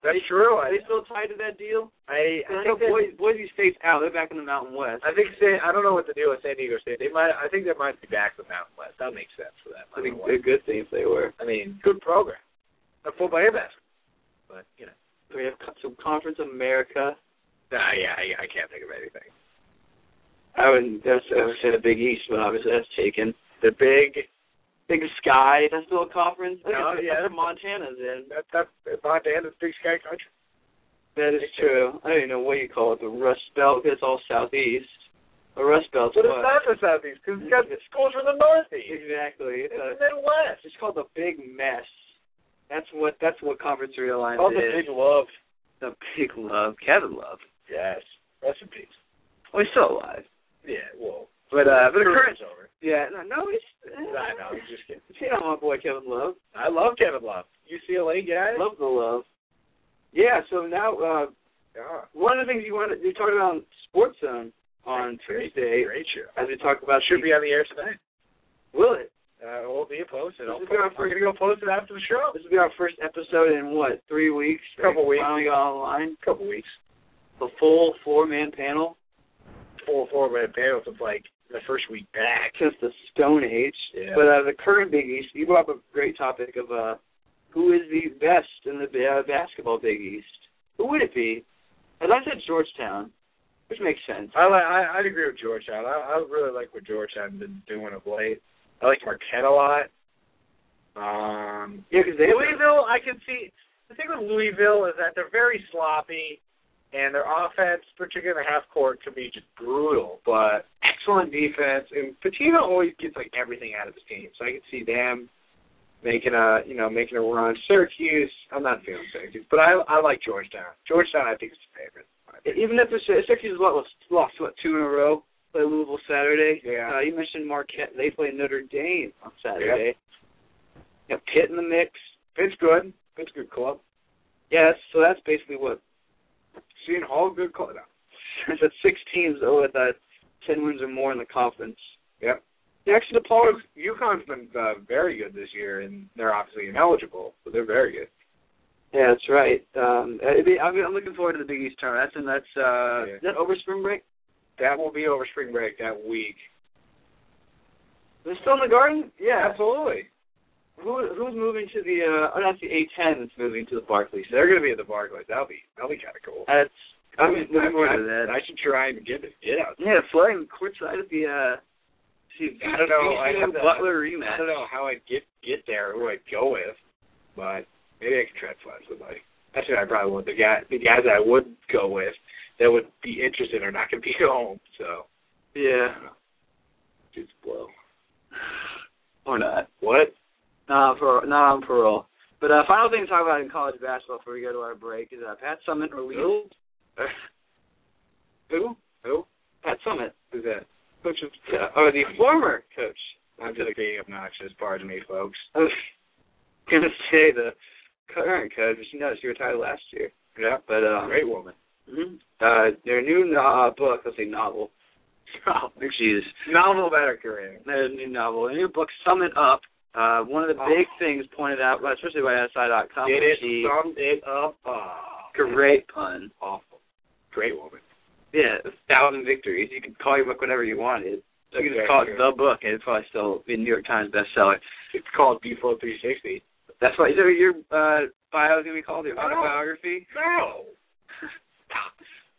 Speaker 3: That's true.
Speaker 2: Are
Speaker 3: I,
Speaker 2: they still tied to that deal?
Speaker 3: I,
Speaker 2: I,
Speaker 3: I
Speaker 2: know
Speaker 3: think
Speaker 2: Boise,
Speaker 3: that-
Speaker 2: Boise State's out. They're back in the Mountain West.
Speaker 3: I think San, I don't know what the deal with San Diego State. They might. I think they might be back to Mountain West. That makes sense for them.
Speaker 2: I
Speaker 3: I, mean,
Speaker 2: think a good thing if they were.
Speaker 3: I mean, good program. A football and basketball. But you know,
Speaker 2: We have co- some Conference America.
Speaker 3: nah, yeah, I, I can't think of anything.
Speaker 2: I would that's I would say the Big East, but obviously that's taken.
Speaker 3: The big
Speaker 2: Big Sky. That's still a conference. I think
Speaker 3: Oh,
Speaker 2: that's-
Speaker 3: yeah.
Speaker 2: that's what Montana's in.
Speaker 3: that that Montana's Big Sky Country.
Speaker 2: That is true. I don't even know what you call it. The Rust Belt. 'cause It's all southeast. The Rust Belt's
Speaker 3: But it's
Speaker 2: what?
Speaker 3: not the Southeast because it's got schools from the Northeast.
Speaker 2: Exactly. It's
Speaker 3: It's
Speaker 2: a-
Speaker 3: the Midwest.
Speaker 2: It's called the Big Mess. That's what that's what conference realignment
Speaker 3: All the
Speaker 2: is.
Speaker 3: big love.
Speaker 2: the Big Love, Kevin Love.
Speaker 3: Yes. Recipes.
Speaker 2: Oh, he's still alive.
Speaker 3: Yeah. Well.
Speaker 2: But uh, but the current.
Speaker 3: career's over.
Speaker 2: Yeah, no, no, he's.
Speaker 3: I know. I'm just kidding.
Speaker 2: You know my boy Kevin Love.
Speaker 3: I love Kevin Love. UCLA guy.
Speaker 2: Love the love. Yeah. So now, uh
Speaker 3: Yeah.
Speaker 2: one of the things you wanted you talked about on Sports Zone on
Speaker 3: Great-
Speaker 2: Tuesday,
Speaker 3: Great show.
Speaker 2: as we talked about
Speaker 3: Uh, Should be on the air tonight.
Speaker 2: Will it?
Speaker 3: Uh, we'll be posted. I'll
Speaker 2: This is
Speaker 3: post-
Speaker 2: our
Speaker 3: I'm gonna go post it after the show.
Speaker 2: This will be our first episode in what three weeks?
Speaker 3: Couple weeks.
Speaker 2: Finally got online.
Speaker 3: A couple weeks.
Speaker 2: The full four man panel
Speaker 3: Four four minute panel since like the first week back.
Speaker 2: since the Stone Age.
Speaker 3: Yeah.
Speaker 2: But uh, the current Big East, you brought up a great topic of uh, who is the best in the ba- uh, basketball Big East? Who would it be? And I said Georgetown, which makes sense.
Speaker 3: I like I I'd agree with Georgetown. I I really like what Georgetown's been doing of late. I like Marquette a lot. Um
Speaker 2: Yeah, because they
Speaker 3: Louisville I can see the thing with Louisville is that they're very sloppy and their offense, particularly in the half court, can be just brutal. But excellent defense, and Patino always gets like everything out of his team. So I can see them making a you know making a run. Syracuse, I'm not feeling Syracuse, but I I like Georgetown. Georgetown, I think is the favorite.
Speaker 2: Even if the Sy- Syracuse lost, lost what two in a row, play Louisville Saturday.
Speaker 3: Yeah.
Speaker 2: Uh, you mentioned Marquette; they play Notre Dame on Saturday. Yeah, Pitt in the mix.
Speaker 3: Pitt's good. Pitt's a good club.
Speaker 2: Yeah, that's, so that's basically what.
Speaker 3: Seton Hall, good club. No.
Speaker 2: the six teams though with uh, ten wins or more in the conference.
Speaker 3: Yep. Next to Paul, UConn's been uh, very good this year, and they're obviously ineligible, but they're very good.
Speaker 2: Yeah, that's right. Um, it'd be, I'm, I'm looking forward to the Big East tournament. That's and that's uh,
Speaker 3: Yeah.
Speaker 2: is that over spring break.
Speaker 3: That will be over spring break that week.
Speaker 2: Is it still in the Garden? Yeah.
Speaker 3: absolutely.
Speaker 2: Who who's moving to the? Uh, oh, that's the A10 that's moving to the Barclays.
Speaker 3: They're going to be at the Barclays. That'll be that'll be kind of cool.
Speaker 2: That's I'm
Speaker 3: I-
Speaker 2: looking forward to that.
Speaker 3: I should try and get it. Get out.
Speaker 2: Yeah, flying courtside at the uh see
Speaker 3: I don't know, I
Speaker 2: Beasley
Speaker 3: have
Speaker 2: and
Speaker 3: to-
Speaker 2: Butler
Speaker 3: I
Speaker 2: rematch.
Speaker 3: don't know how I'd get get there, or who I'd go with, but maybe I could try to find somebody. That's what I probably would. The guy, the guys that I would go with that would be interested are not going to be home, so
Speaker 2: Yeah.
Speaker 3: just blow.
Speaker 2: Or not.
Speaker 3: What?
Speaker 2: Not on parole. Not on parole. But uh, final thing to talk about in college basketball before we go to our break is uh, Pat Summit released.
Speaker 3: Who? Who?
Speaker 2: Pat Summit.
Speaker 3: Who's that?
Speaker 2: Coach of, uh, or the former coach.
Speaker 3: I'm just being obnoxious. Pardon me, folks.
Speaker 2: I was gonna say the current coach, but she knows she retired last year.
Speaker 3: Yeah,
Speaker 2: But um,
Speaker 3: great woman.
Speaker 2: mhm. uh, their new no- uh, book, let's say novel. Oh, jeez.
Speaker 3: Novel about her career.
Speaker 2: a new novel, a new book, Sum It Up. Uh, one of the
Speaker 3: Oh.
Speaker 2: big things pointed out, well, especially by SI.com,
Speaker 3: Did it
Speaker 2: the
Speaker 3: summed it up? Oh,
Speaker 2: great pun.
Speaker 3: Awful. Great woman.
Speaker 2: Yeah, a thousand victories. You could call your book whatever you wanted. You could just call it the book, and it'd probably still be a New York Times bestseller.
Speaker 3: It's called Beeflow 360.
Speaker 2: That's why. Is that what your uh, bio is gonna be called? Your
Speaker 3: No.
Speaker 2: autobiography?
Speaker 3: No.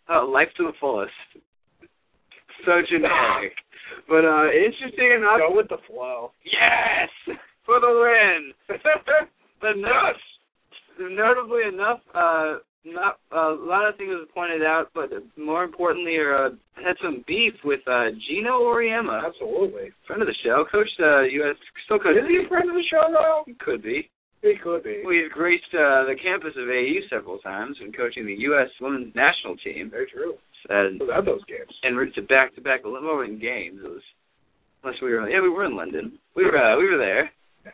Speaker 2: Oh, life to the fullest. So generic. But uh, interesting enough,
Speaker 3: Go with the flow.
Speaker 2: yes, for the win. But no,
Speaker 3: Yes.
Speaker 2: notably enough, uh, not a lot of things were pointed out, but more importantly, are, uh, had some beef with uh, Gino Oriema,
Speaker 3: Absolutely.
Speaker 2: friend of the show, coach. Uh, U.S. still coach.
Speaker 3: Is he a friend of the show though?
Speaker 2: He could be.
Speaker 3: He could be.
Speaker 2: Well, he's graced uh, the campus of AU several times when coaching the U.S. women's national team,
Speaker 3: Very true.
Speaker 2: and
Speaker 3: Without those games.
Speaker 2: and route to back-to-back London games. It was unless we were yeah we were in London. We were uh, we were there.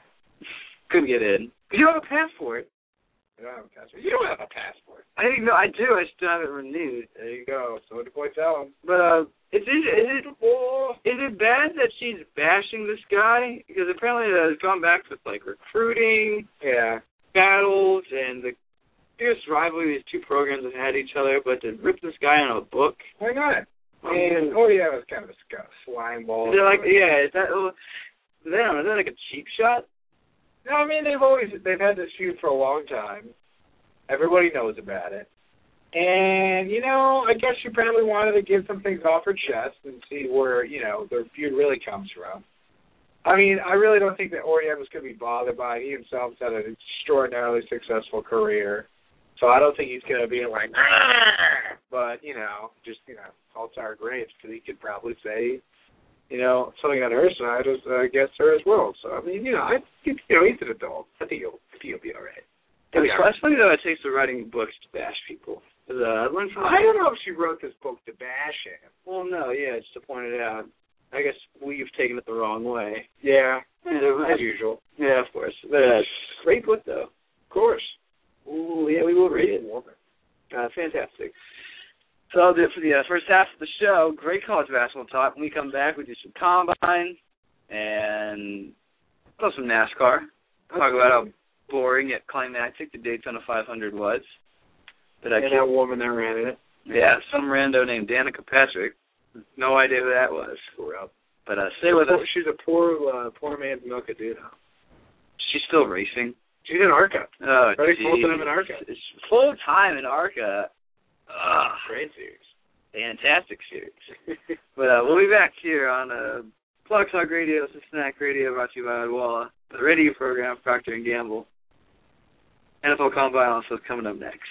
Speaker 2: Couldn't get in. You don't have a passport.
Speaker 3: You don't have a passport. You don't have a passport.
Speaker 2: I didn't know. I do. I just don't have it renewed.
Speaker 3: There you go. So to point out,
Speaker 2: But uh, it's is it is it bad that she's bashing this guy? Because apparently it has gone back with like recruiting
Speaker 3: Yeah.
Speaker 2: battles and the fierce rivalry these two programs have had each other. But to rip this guy on a book,
Speaker 3: Why not?
Speaker 2: I mean,
Speaker 3: And, oh yeah, it was kind of a sc- slime ball.
Speaker 2: they're like, yeah, is that they don't know, is that like a cheap shot?
Speaker 3: No, I mean they've always they've had this feud for a long time. Everybody knows about it. And you know, I guess she probably wanted to get some things off her chest and see where you know their feud really comes from. I mean, I really don't think that Orion was going to be bothered by it. He himself's had an extraordinarily successful career, so I don't think he's going to be like, "Ah!" but you know, just you know, all sour grapes because he could probably say you know, something on her side is uh, against her as well. So I mean, you know, I you know, he's an adult. I think he'll I think he'll be all right.
Speaker 2: It's
Speaker 3: Yeah.
Speaker 2: funny though it takes the writing books to bash people. 'Cause, Uh, I learned from
Speaker 3: I don't know if she wrote this book to bash him.
Speaker 2: well, no, yeah, just to point it out. I guess we've taken it the wrong way.
Speaker 3: Yeah,
Speaker 2: Yeah,
Speaker 3: as usual.
Speaker 2: yeah of course. But, uh, great book though.
Speaker 3: Of course.
Speaker 2: Ooh, yeah, we will read
Speaker 3: Great
Speaker 2: it.
Speaker 3: woman.
Speaker 2: Uh, fantastic. So I'll do it for the uh, first half of the show. Great college basketball talk. When we come back, we do some combine and also some NASCAR. Talk about how boring yet climactic the Daytona 500 was. But I
Speaker 3: And that woman that ran in it.
Speaker 2: Yeah, some rando named Danica Patrick. No idea who that was.
Speaker 3: Corrupt.
Speaker 2: But uh, stay with us.
Speaker 3: She's a poor, uh, poor man's milkadoo.
Speaker 2: She's still racing.
Speaker 3: She's in Arca.
Speaker 2: Oh,
Speaker 3: Already
Speaker 2: geez.
Speaker 3: full time in Arca.
Speaker 2: It's full time in Arca. Ugh,
Speaker 3: Great series.
Speaker 2: fantastic series. But uh, we'll be back here on uh, Plug Talk Radio, this is Snack Radio, brought to you by Odwalla, the radio program of Procter and Gamble. NFL Combine also coming up next.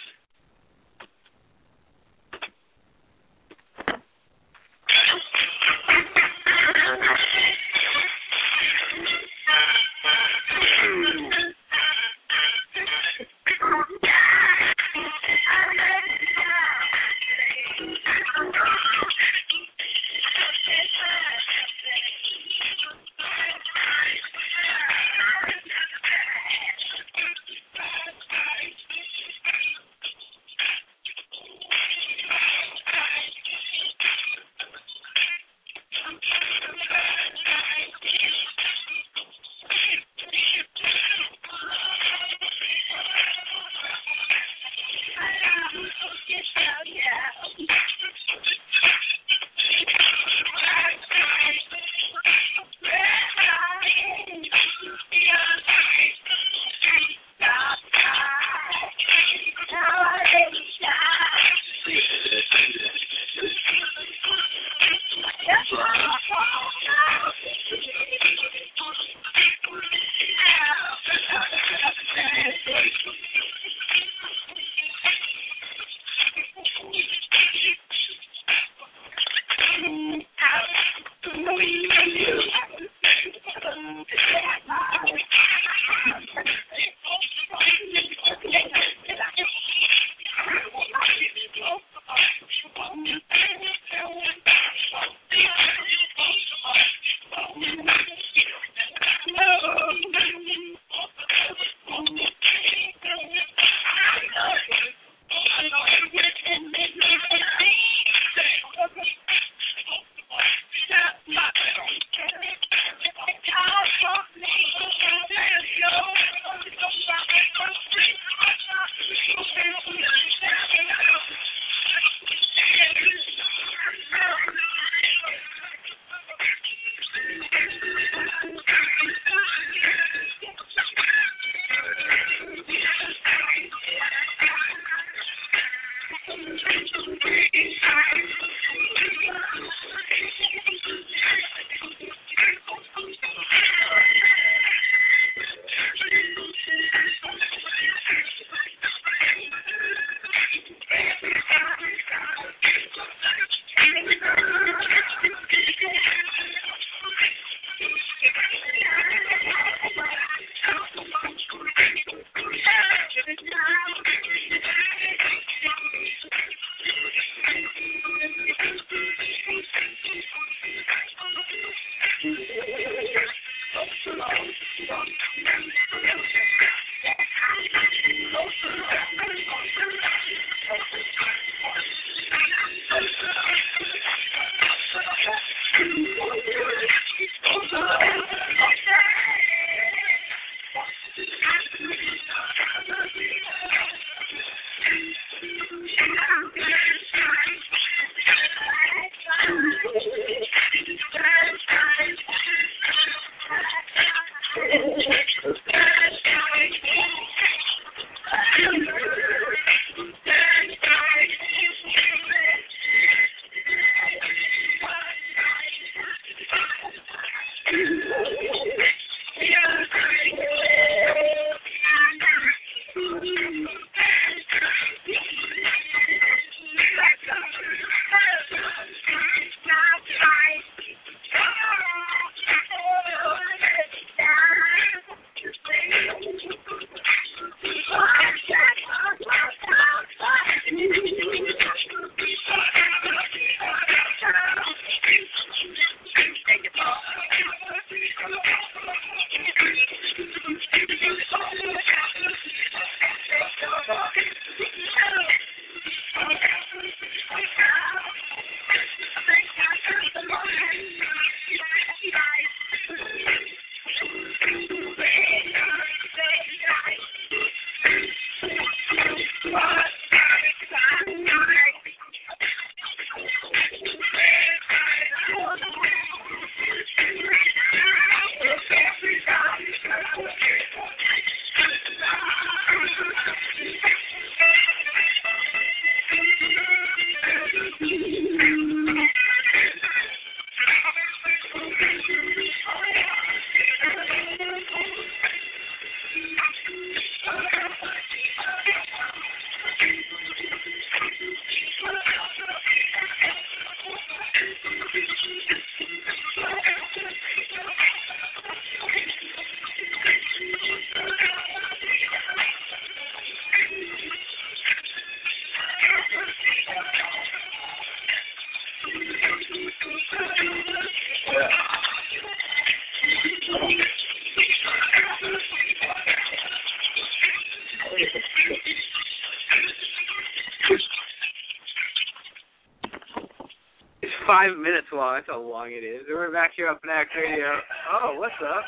Speaker 2: five minutes long. That's how long it is. And we're back here on Fanatic Radio. Oh, what's up?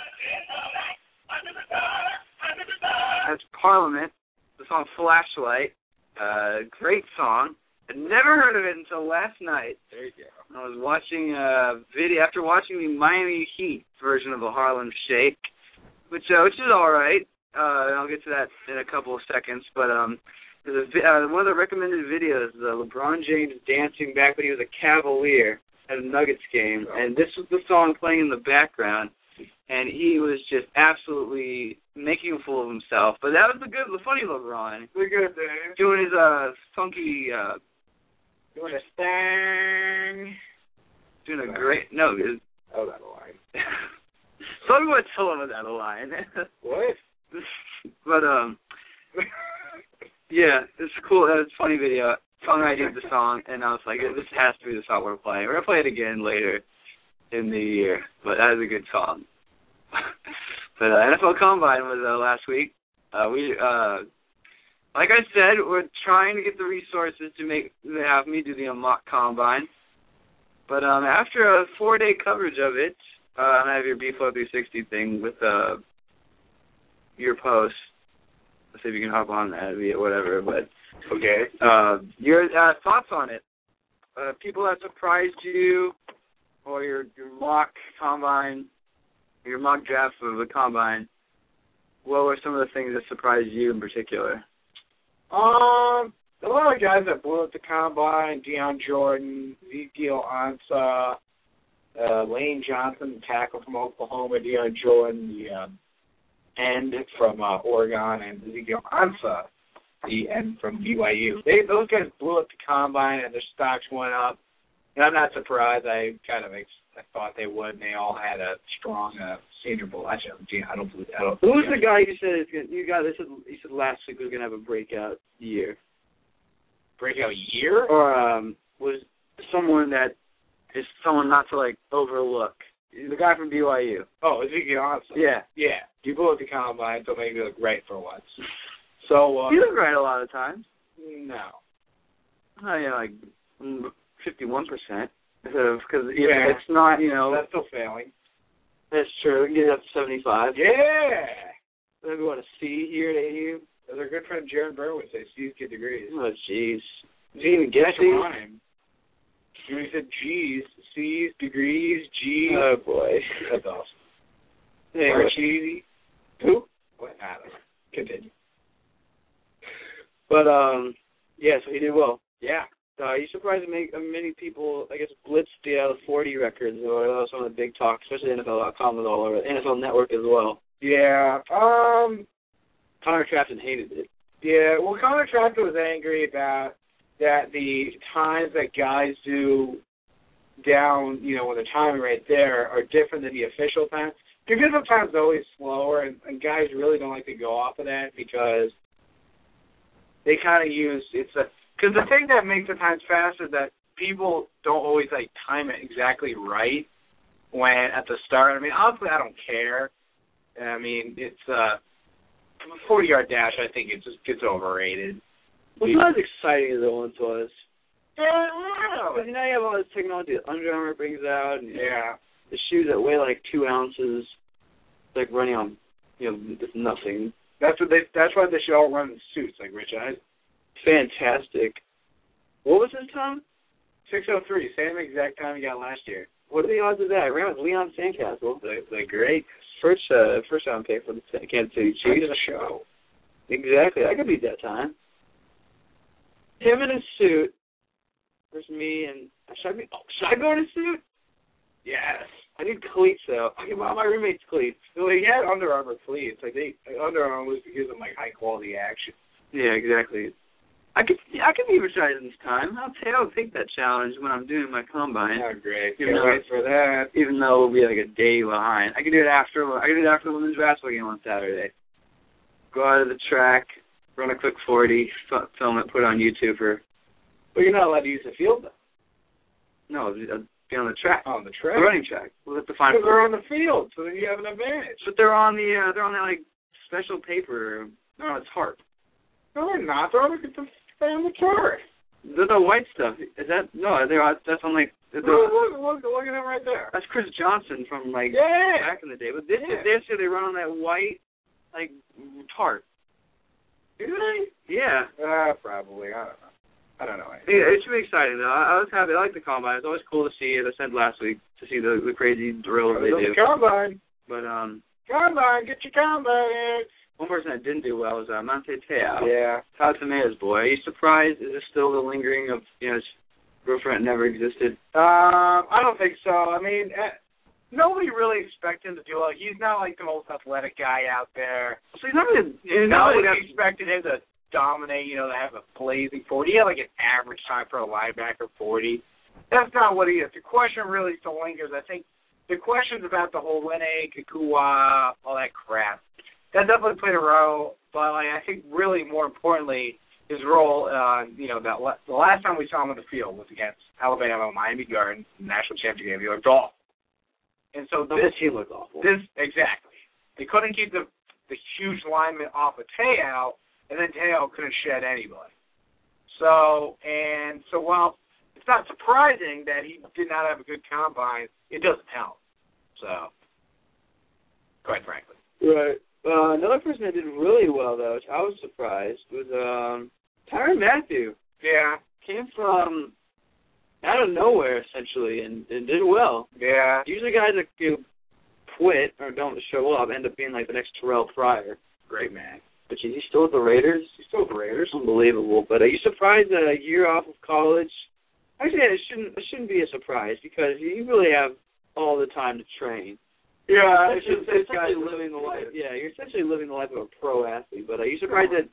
Speaker 2: That's Parliament. The song Flashlight. Uh, great song. I never heard of it until last night.
Speaker 3: There you go.
Speaker 2: I was watching a video after watching the Miami Heat version of the Harlem Shake, which uh, which is all right. Uh, I'll get to that in a couple of seconds. But um, there's a, vi- uh, one of the recommended videos, uh, LeBron James dancing back when he was a Cavalier at a Nuggets game, and this was the song playing in the background, and he was just absolutely making a fool of himself. But that was the good, the funny LeBron
Speaker 3: Look at Dave.
Speaker 2: doing his uh funky uh
Speaker 3: Doing a thing.
Speaker 2: doing a great no. It was,
Speaker 3: Oh, that line.
Speaker 2: Some would tell him that a line.
Speaker 3: What?
Speaker 2: but um yeah, it's cool. It's a funny video. Song I did the song and I was like, this has to be the song we're playing. We're gonna play it again later in the year. But that is a good song. but uh, NFL Combine was uh, last week. Uh we uh like I said, we're trying to get the resources to make to have me do the mock combine. But um after a four day coverage of it, uh, and I have your B four three sixty thing with uh your post. Let's see if you can hop on that be it whatever. But
Speaker 3: okay.
Speaker 2: uh, your uh, thoughts on it? Uh, people that surprised you, or your, your mock combine, your mock draft of the combine. What were some of the things that surprised you in particular?
Speaker 3: Um, a lot of guys that blew up the combine: Deion Jordan, Ezekiel Ansah, uh, Lane Johnson, the tackle from Oklahoma, Deion Jordan, the um, end from uh, Oregon, and Ezekiel Ansah, the end from BYU. They those guys blew up the combine, and their stocks went up. And I'm not surprised. I kind of ex- I thought they would, and they all had a strong uh, Senior Bowl. Actually, I don't believe. I don't.
Speaker 2: Who was the guy you said is gonna, you guys? Said, you said last week was gonna have a breakout year,
Speaker 3: breakout year?
Speaker 2: or um, was someone that is someone not to like overlook? The guy from BYU.
Speaker 3: Oh, Ezekiel Ansah.
Speaker 2: Yeah,
Speaker 3: Yeah, you blew at the combine, so maybe you look right for once. So uh,
Speaker 2: you look right a lot of times.
Speaker 3: no,
Speaker 2: Oh yeah, like mm, fifty-one percent. Because
Speaker 3: Yeah.
Speaker 2: it's not, you know,
Speaker 3: that's still failing.
Speaker 2: that's true. You get up to seventy-five.
Speaker 3: Yeah,
Speaker 2: Maybe want to see here to you.
Speaker 3: as our good friend Jaron Burr would say, Steve's get degrees.
Speaker 2: Oh jeez, did you even get
Speaker 3: That's
Speaker 2: these?
Speaker 3: rhyme. You know, he said G's, C's, degrees, G's.
Speaker 2: Oh boy.
Speaker 3: that's awesome.
Speaker 2: Anyway.
Speaker 3: Or cheesy. Who? What? I don't know. Continue.
Speaker 2: But um, yeah, so he did well.
Speaker 3: Yeah.
Speaker 2: Uh, you surprised many, many people. I guess Blitz did out of forty records, or that was one of the big talks, especially NFL.com was all over it, NFL Network as well.
Speaker 3: Yeah. Um.
Speaker 2: Connor Trafton hated it.
Speaker 3: Yeah, well, Connor Tractor was angry about that the times that guys do down, you know, when the time right there are different than the official time. The official time's always slower, and, and guys really don't like to go off of that because they kind of use it's a because the thing that makes the times faster is that people don't always like time it exactly right when at the start. I mean, honestly, I don't care. I mean, it's uh forty yard dash. I think it just gets overrated.
Speaker 2: Well, it's not as exciting as it once was.
Speaker 3: Yeah, I don't know.
Speaker 2: Because now you have all this technology that Under Armour brings out, and
Speaker 3: Yeah.
Speaker 2: the shoes that weigh like two ounces, like running on, you know, with nothing.
Speaker 3: That's what they. That's why they should all run in suits, like Rich Eyes.
Speaker 2: Fantastic. What was his time?
Speaker 3: Six oh three, same exact time you got last year.
Speaker 2: What are the odds of that? I ran with Leon Sandcastle,
Speaker 3: The the great.
Speaker 2: first uh, first round pick for the Sa- Kansas City
Speaker 3: End
Speaker 2: Chiefs.
Speaker 3: of the show.
Speaker 2: Exactly, I could beat that time. Him in a suit versus me, and should I be? Oh, should I go in a suit?
Speaker 3: Yes.
Speaker 2: I need cleats though. I can buy my roommate's cleats.
Speaker 3: So they had Under Armour cleats. Like they like Under Armour was to give them like high quality action.
Speaker 2: Yeah, exactly. I could I could advertise this time. I'll take I'll take that challenge when I'm doing my combine.
Speaker 3: Oh, great.
Speaker 2: You
Speaker 3: Can't
Speaker 2: know,
Speaker 3: wait for that.
Speaker 2: Even though it'll be like a day behind, I could do it after. I could do it after the women's basketball game on Saturday. Go out of the track, run a quick forty, f- film it, put it on YouTube for
Speaker 3: But you're not allowed to use the field though.
Speaker 2: no, it'll be on the track,
Speaker 3: On the
Speaker 2: the
Speaker 3: track.
Speaker 2: running track. We'll have to find.
Speaker 3: Because they're on the field, so then you have an advantage.
Speaker 2: But they're on the uh, they're on that like special paper. No, it's hard.
Speaker 3: No, they're not. They're on the, they're on the turf.
Speaker 2: The, the white stuff is that no? They're on- that's on like the,
Speaker 3: Look, look, look, look at him right there.
Speaker 2: that's Chris Johnson from like
Speaker 3: Yeah,
Speaker 2: back in the day. But this
Speaker 3: Yeah.
Speaker 2: is this year they run on that white like tarp.
Speaker 3: do they?
Speaker 2: Yeah.
Speaker 3: Uh, probably. I don't know. I don't know. anything.
Speaker 2: Yeah, it should be exciting though. I, I was happy. I like the combine. It's always cool to see. As I said last week, to see the, the crazy drills they do.
Speaker 3: Combine,
Speaker 2: But um,
Speaker 3: combine, get your combine.
Speaker 2: one person that didn't do well was uh, Monte Te'o.
Speaker 3: Yeah.
Speaker 2: Todd Tomato's boy. Are you surprised? Is this still the lingering of you know his girlfriend never existed?
Speaker 3: Um, I don't think so. I mean, eh, nobody really expected him to do well. He's not like the most athletic guy out there.
Speaker 2: So he's not really. You know,
Speaker 3: Nobody
Speaker 2: that's-
Speaker 3: expected him to dominate. You know, to have a blazing forty. He had like an average time for a linebacker forty. That's not what he is. The question really still lingers. I think the questions about the whole Lene, Kakua, all that crap. That definitely played a role, but like, I think really more importantly, his role, uh, you know, that la- the last time we saw him on the field was against Alabama, Miami Gardens, national championship game. He looked awful, and so this
Speaker 2: he looked awful.
Speaker 3: this exactly. They couldn't keep the the huge lineman off of Teo, and then Teo couldn't shed anybody. So and so while it's not surprising that he did not have a good combine, it doesn't help. So quite frankly.
Speaker 2: Right. Uh, another person that did really well though, which I was surprised, was um Tyron Matthew.
Speaker 3: Yeah.
Speaker 2: Came from out of nowhere essentially and, and did well.
Speaker 3: Yeah.
Speaker 2: Usually guys that you know, quit or don't show up end up being like the next Terrell Pryor.
Speaker 3: Great man.
Speaker 2: But geez, he's still with the Raiders.
Speaker 3: He's still with the Raiders.
Speaker 2: It's unbelievable. But are you surprised that a year off of college? Actually, it shouldn't it shouldn't be a surprise because you really have all the time to train.
Speaker 3: Yeah.
Speaker 2: It's just- it's essentially living the life. Yeah, you're essentially living the life of a pro athlete. But are you surprised that,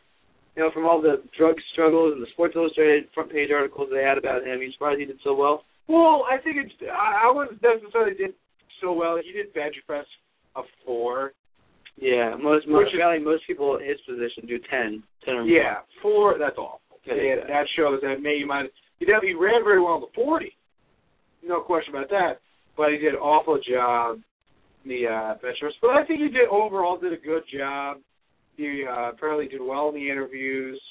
Speaker 2: you know, from all the drug struggles and the Sports Illustrated front page articles they had about him, you surprised he did so well?
Speaker 3: Well, I think it's I, I wouldn't necessarily did so well. He did bench press a four.
Speaker 2: Yeah, most most
Speaker 3: Which is-
Speaker 2: probably most people in his position do ten, ten or more.
Speaker 3: Yeah, four. That's awful.
Speaker 2: Yeah,
Speaker 3: And
Speaker 2: exactly.
Speaker 3: that shows that maybe might he did he ran very well in the forty, no question about that. But he did an awful job in the uh, bench press. But I think he did overall did a good job. He uh, apparently did well in the interviews.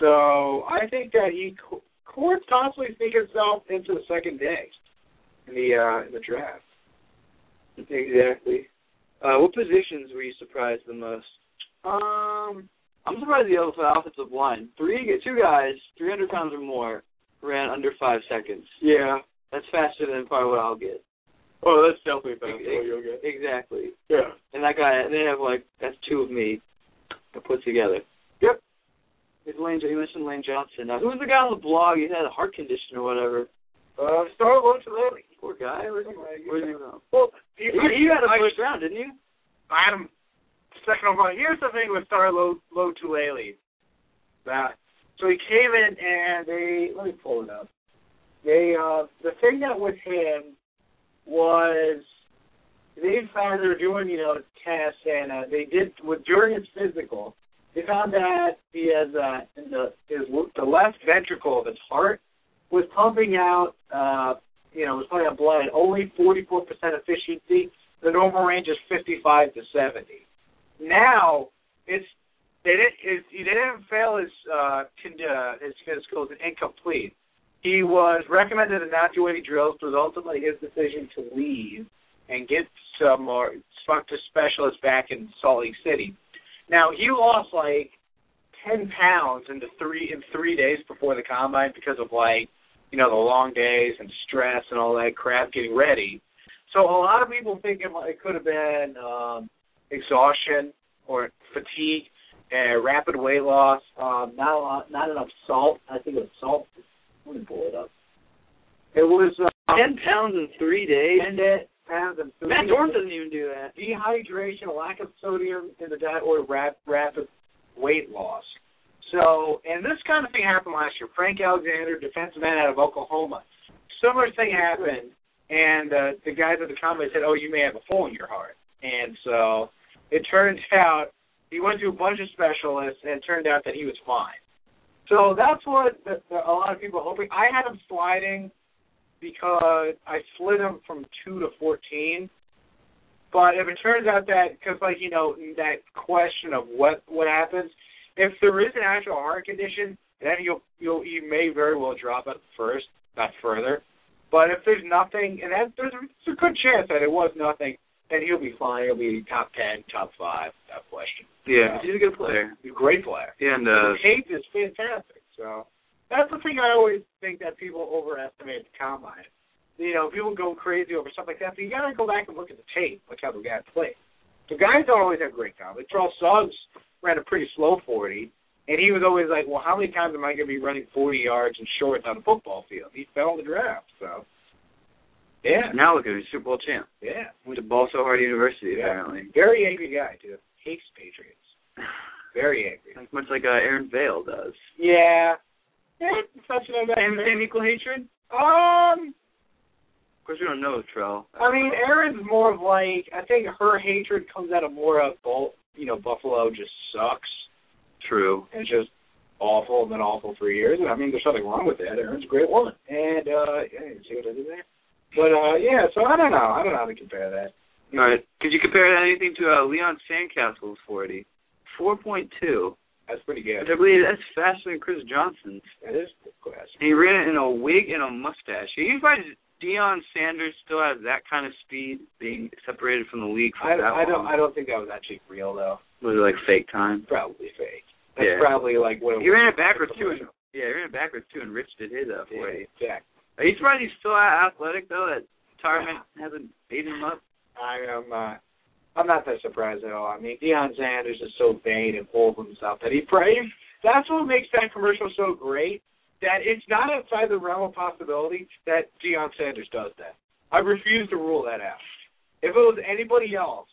Speaker 3: So I think that he co- could possibly sneak himself into the second day in the uh, in the draft.
Speaker 2: exactly. Uh, what positions were you surprised the most?
Speaker 3: Um,
Speaker 2: I'm surprised the offensive line. Three, two guys, 300 pounds or more, ran under five seconds.
Speaker 3: yeah.
Speaker 2: That's faster than probably what I'll get.
Speaker 3: Oh, that's definitely
Speaker 2: better than what
Speaker 3: you'll get.
Speaker 2: Exactly.
Speaker 3: Yeah.
Speaker 2: And that guy, they have like that's two of me to put together.
Speaker 3: Yep.
Speaker 2: It's Lane. You mentioned Lane Johnson. Now, who was the guy on the blog? He had a heart condition or whatever.
Speaker 3: Uh, start lunch lately.
Speaker 2: Poor guy. Where's he, where's he from?
Speaker 3: Well,
Speaker 2: You,
Speaker 3: you,
Speaker 2: you had a
Speaker 3: I,
Speaker 2: first round, didn't you?
Speaker 3: I had him second overall. Here's the thing with Star Low Low Tulele. That so he came in and they let me pull it up. They uh the thing that with him was they found they were doing you know tests and uh, they did with during his physical they found that he has uh in the his the left ventricle of his heart was pumping out uh you know was pumping out blood at only forty four percent efficiency the normal range is 55 to 70. Now it's they didn't it's, he didn't fail his uh, con, uh his physical as incomplete. He was recommended to not do any drills, but it was ultimately his decision to leave and get some more spoke to specialists back in Salt Lake City. Now he lost like ten pounds in the three in three days before the combine because of like you know the long days and stress and all that crap getting ready. So a lot of people think it, might- it could have been um, exhaustion or fatigue, and rapid weight loss, um, not a lot, not enough salt. I think it was salt. Let me pull it up. It was uh,
Speaker 2: Ten pounds in three days.
Speaker 3: ten da- pounds and three
Speaker 2: Matt Dorn doesn't even do that.
Speaker 3: dehydration, lack of sodium in the diet, or rap, rapid weight loss. So, and this kind of thing happened last year. Frank Alexander, defensive man out of Oklahoma, similar thing happened, and uh, the guys at the combine said, "Oh, you may have a hole in your heart." And so, it turns out he went to a bunch of specialists, and it turned out that he was fine. So that's what the, the, a lot of people are hoping. I had him sliding because I slid him from two to fourteen. But if it turns out that, because like you know that question of what what happens if there is an actual heart condition, then you'll you'll you may very well drop it first, not further. But if there's nothing, and that, there's, there's a good chance that it was nothing, then he'll be fine. He'll be top ten, top five, no question.
Speaker 2: Yeah, he's a good player.
Speaker 3: He's a great player.
Speaker 2: And uh,
Speaker 3: Kate is fantastic. So that's the thing I always think that people overestimate the combine. You know, people go crazy over stuff like that, but you gotta go back and look at the tape, look how the guy played. The guys don't always have great combine. Charles Suggs ran a pretty slow forty and he was always like, Well, how many times am I gonna be running forty yards and shorts on a football field? He fell in the draft, so yeah,
Speaker 2: now look at him, Super Bowl champ.
Speaker 3: yeah.
Speaker 2: Went to Balso Hard University
Speaker 3: Yeah.
Speaker 2: apparently.
Speaker 3: Very angry guy too. Hates Patriots. Very angry.
Speaker 2: Like much like uh, Aaron Vale does.
Speaker 3: Yeah. Yeah, something about
Speaker 2: Same,
Speaker 3: him.
Speaker 2: same equal hatred?
Speaker 3: Um
Speaker 2: Of course we don't know, Trell.
Speaker 3: I mean, Erin's more of like I think her hatred comes out of more of Bul- you know Buffalo just sucks
Speaker 2: True.
Speaker 3: and it's just awful and been awful for years. And I mean, there's nothing wrong with that. Erin's a great woman, and uh, yeah, you see what I did there. But uh, yeah, so I don't know. I don't know how to compare that.
Speaker 2: All right. Could you compare that anything to uh, Leon Sandcastle's 40? 4.2.
Speaker 3: That's pretty
Speaker 2: Which
Speaker 3: good.
Speaker 2: I believe that's faster than Chris Johnson's.
Speaker 3: That is a good question.
Speaker 2: And he ran it in a wig and a mustache. You can find Deion Sanders still has that kind of speed, being separated from the league for
Speaker 3: I,
Speaker 2: that
Speaker 3: I
Speaker 2: long.
Speaker 3: don't. I don't think that was actually real though.
Speaker 2: Was it like fake time?
Speaker 3: Probably fake. That's
Speaker 2: Yeah.
Speaker 3: probably like what it
Speaker 2: He
Speaker 3: was.
Speaker 2: ran it backwards too. And, yeah, he ran it backwards too, and Rich did his uh, 40.
Speaker 3: Yeah, exactly.
Speaker 2: Are you surprised he's still a- athletic though? That retirement hasn't beaten him up.
Speaker 3: I am. Uh, I'm not that surprised at all. I mean, Deion Sanders is so vain and full of himself that he prays. That's what makes that commercial so great. That it's not outside the realm of possibility that Deion Sanders does that. I refuse to rule that out. If it was anybody else,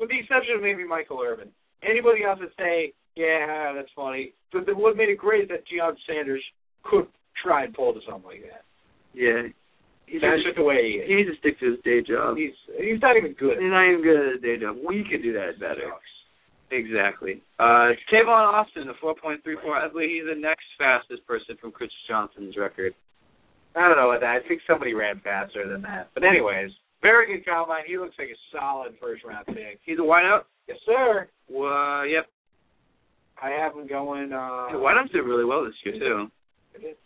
Speaker 3: with the exception of maybe Michael Irvin, anybody else would say, "Yeah, that's funny." But the, what made it great is that Deion Sanders could try and pull to something like that.
Speaker 2: Yeah, he's
Speaker 3: That's just the way
Speaker 2: he needs to stick to his day job.
Speaker 3: he is. He's he's not even good.
Speaker 2: He's not even good at his day job. We could do that better.
Speaker 3: Sucks.
Speaker 2: Exactly. Uh, Tavon Austin, the 4.34. I believe he's the next fastest person from Chris Johnson's record.
Speaker 3: I don't know what that. I think somebody ran faster than that. But anyways, very good combine. He looks like a solid first round pick.
Speaker 2: He's a wideout.
Speaker 3: Yes, sir.
Speaker 2: Well, yep.
Speaker 3: I have him going. uh
Speaker 2: The wideouts did really well this year too.
Speaker 3: It is.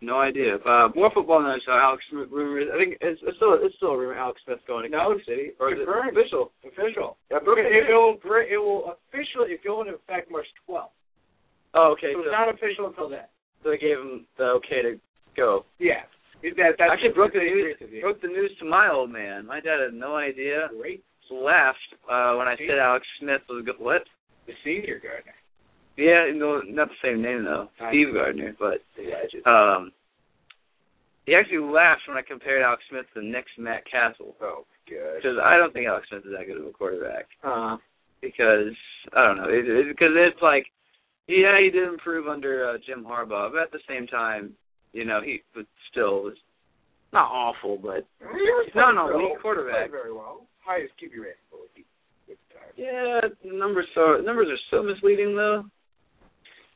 Speaker 2: No idea. Uh, more football news. So Alex rumors. I think it's, it's still it's still a rumor. Alex Smith's going to
Speaker 3: No,
Speaker 2: Kansas City or is it
Speaker 3: confirmed.
Speaker 2: official?
Speaker 3: Official.
Speaker 2: Yeah,
Speaker 3: It, it will. br- It will officially go into effect March 12th.
Speaker 2: Oh, okay. So,
Speaker 3: So it's not official until then.
Speaker 2: so they gave him the okay to go.
Speaker 3: Yeah. It- That, that's
Speaker 2: Actually broke the news.
Speaker 3: Great.
Speaker 2: Broke the news to my old man. My dad had no idea.
Speaker 3: Great.
Speaker 2: Laughed uh, when I said Alex Smith was good. What?
Speaker 3: The senior Gardner.
Speaker 2: Yeah, no, not the same name though.
Speaker 3: I
Speaker 2: Steve Gardner, but
Speaker 3: The legend.
Speaker 2: um, he actually laughed when I compared Alex Smith to the next Matt Castle
Speaker 3: oh, good.
Speaker 2: because I don't think Alex Smith is that good of a quarterback.
Speaker 3: Uh,
Speaker 2: because I don't know, it, it, because it's like, yeah, he did improve under uh, Jim Harbaugh, but at the same time, you know, he was still was not awful, but not an elite quarterback.
Speaker 3: Very well. Highest QB rating. but he- with time.
Speaker 2: yeah, numbers so numbers are so misleading though.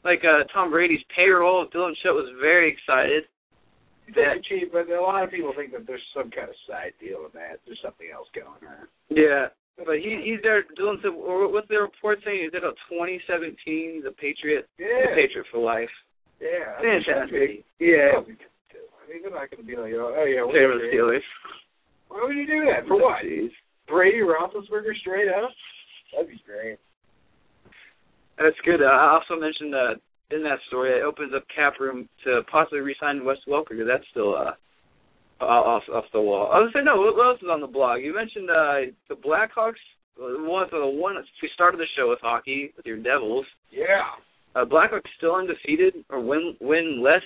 Speaker 2: Like uh Tom Brady's payroll, Dylan Shutt was very excited.
Speaker 3: You think it's cheap, but a lot of people think that there's some kind of side deal in that. There's something else going on.
Speaker 2: Yeah. But he he's there Dylan said or what's the report saying? He's there about twenty seventeen, the Patriot the
Speaker 3: Yeah,
Speaker 2: Patriot for life.
Speaker 3: yeah.
Speaker 2: Fantastic.
Speaker 3: Yeah. I mean, they're not going to be like, oh, yeah,
Speaker 2: Favorite
Speaker 3: we're Patriots.
Speaker 2: Steelers.
Speaker 3: Why would you do that? For what?
Speaker 2: Jeez.
Speaker 3: Brady Roethlisberger straight up? That'd be great.
Speaker 2: That's good. Uh, I also mentioned uh, in that story it opens up cap room to possibly resign Wes Welker because that's still uh, off off the wall. I was saying no. What else is on the blog? You mentioned uh, the Blackhawks. uh, One so the one we started the show with hockey with your Devils.
Speaker 3: Yeah.
Speaker 2: Uh, Blackhawks still undefeated or win win less.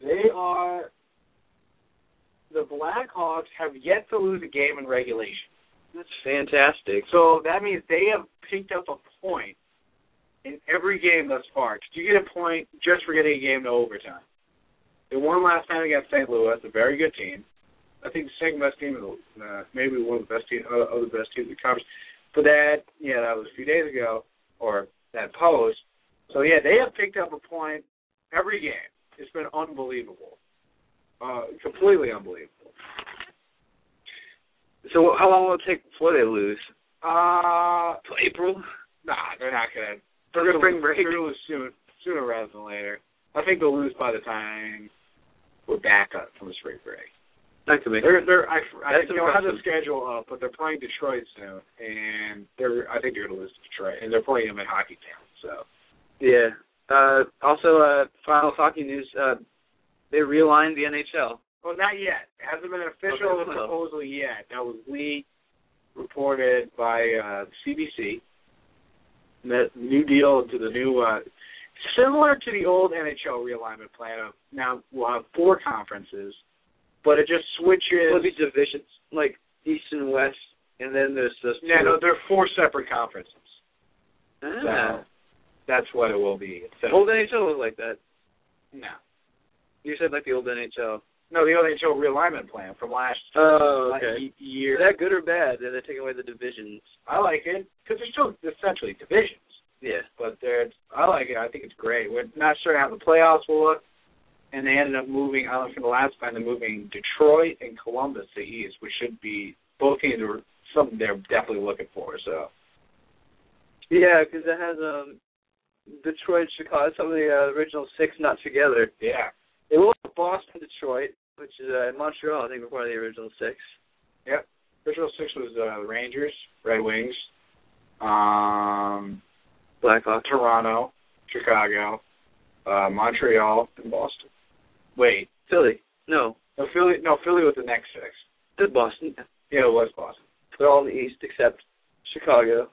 Speaker 3: They are. The Blackhawks have yet to lose a game in regulation.
Speaker 2: That's fantastic.
Speaker 3: So that means they have picked up a point in every game thus far. 'Cause you get a point just for getting a game to overtime. They won last time against St. Louis, a very good team. I think the second best team, of the, uh, maybe one of the best team, uh, of the best teams in the conference. But that, yeah, that was a few days ago, or that post. So yeah, they have picked up a point every game. It's been unbelievable, uh, completely unbelievable.
Speaker 2: So how long will it take before they lose?
Speaker 3: Uh,
Speaker 2: Till April.
Speaker 3: Nah, they're not gonna. They're gonna
Speaker 2: Spring
Speaker 3: lose,
Speaker 2: break.
Speaker 3: They're gonna lose soon. sooner rather than later. I think they'll lose by the time we're back up from the spring break.
Speaker 2: That could be.
Speaker 3: They're they're I, I
Speaker 2: That's
Speaker 3: don't have the
Speaker 2: impressive.
Speaker 3: schedule up, but they're playing Detroit soon, and they're I think they're going to lose to Detroit, and they're playing them in Hockey Town. So
Speaker 2: Yeah. Uh, also, uh, final hockey news: uh, they realigned the NHL.
Speaker 3: well, not yet. Hasn't been an official
Speaker 2: Okay, well.
Speaker 3: proposal yet. That was leaked, reported by uh, CBC. And That new deal to the new uh, similar to the old NHL realignment plan. Of now we'll have four conferences, but it just switches.
Speaker 2: It'll be divisions like East and West, and then there's just
Speaker 3: Yeah, no, they're four separate conferences.
Speaker 2: ah,
Speaker 3: So that's what it will be.
Speaker 2: the
Speaker 3: Instead of-
Speaker 2: old NHL was like that.
Speaker 3: no.
Speaker 2: You said like the old NHL.
Speaker 3: No, the NHL realignment plan from last
Speaker 2: Oh,
Speaker 3: like,
Speaker 2: okay.
Speaker 3: ye- year.
Speaker 2: Is that good or bad? That they're taking away the divisions.
Speaker 3: I like it because they're still essentially divisions,
Speaker 2: Yeah.
Speaker 3: but they're. I like it. I think it's great. We're not sure how the playoffs will look, and they ended up moving. I don't know the last time they're moving Detroit and Columbus to East, which should be both teams are something they're definitely looking for. So
Speaker 2: Yeah, because it has um Detroit, Chicago, some of the uh, original six not together.
Speaker 3: yeah,
Speaker 2: They will have Boston, Detroit, which is uh, Montreal. I think were part of the original six.
Speaker 3: original six was uh, the Rangers, Red Wings, um,
Speaker 2: Blackhawks.
Speaker 3: Toronto, Chicago, uh, Montreal, and Boston. Wait,
Speaker 2: Philly. No,
Speaker 3: no Philly. No Philly was the next six.
Speaker 2: the Boston.
Speaker 3: Yeah, it was Boston.
Speaker 2: They're all in the East except Chicago.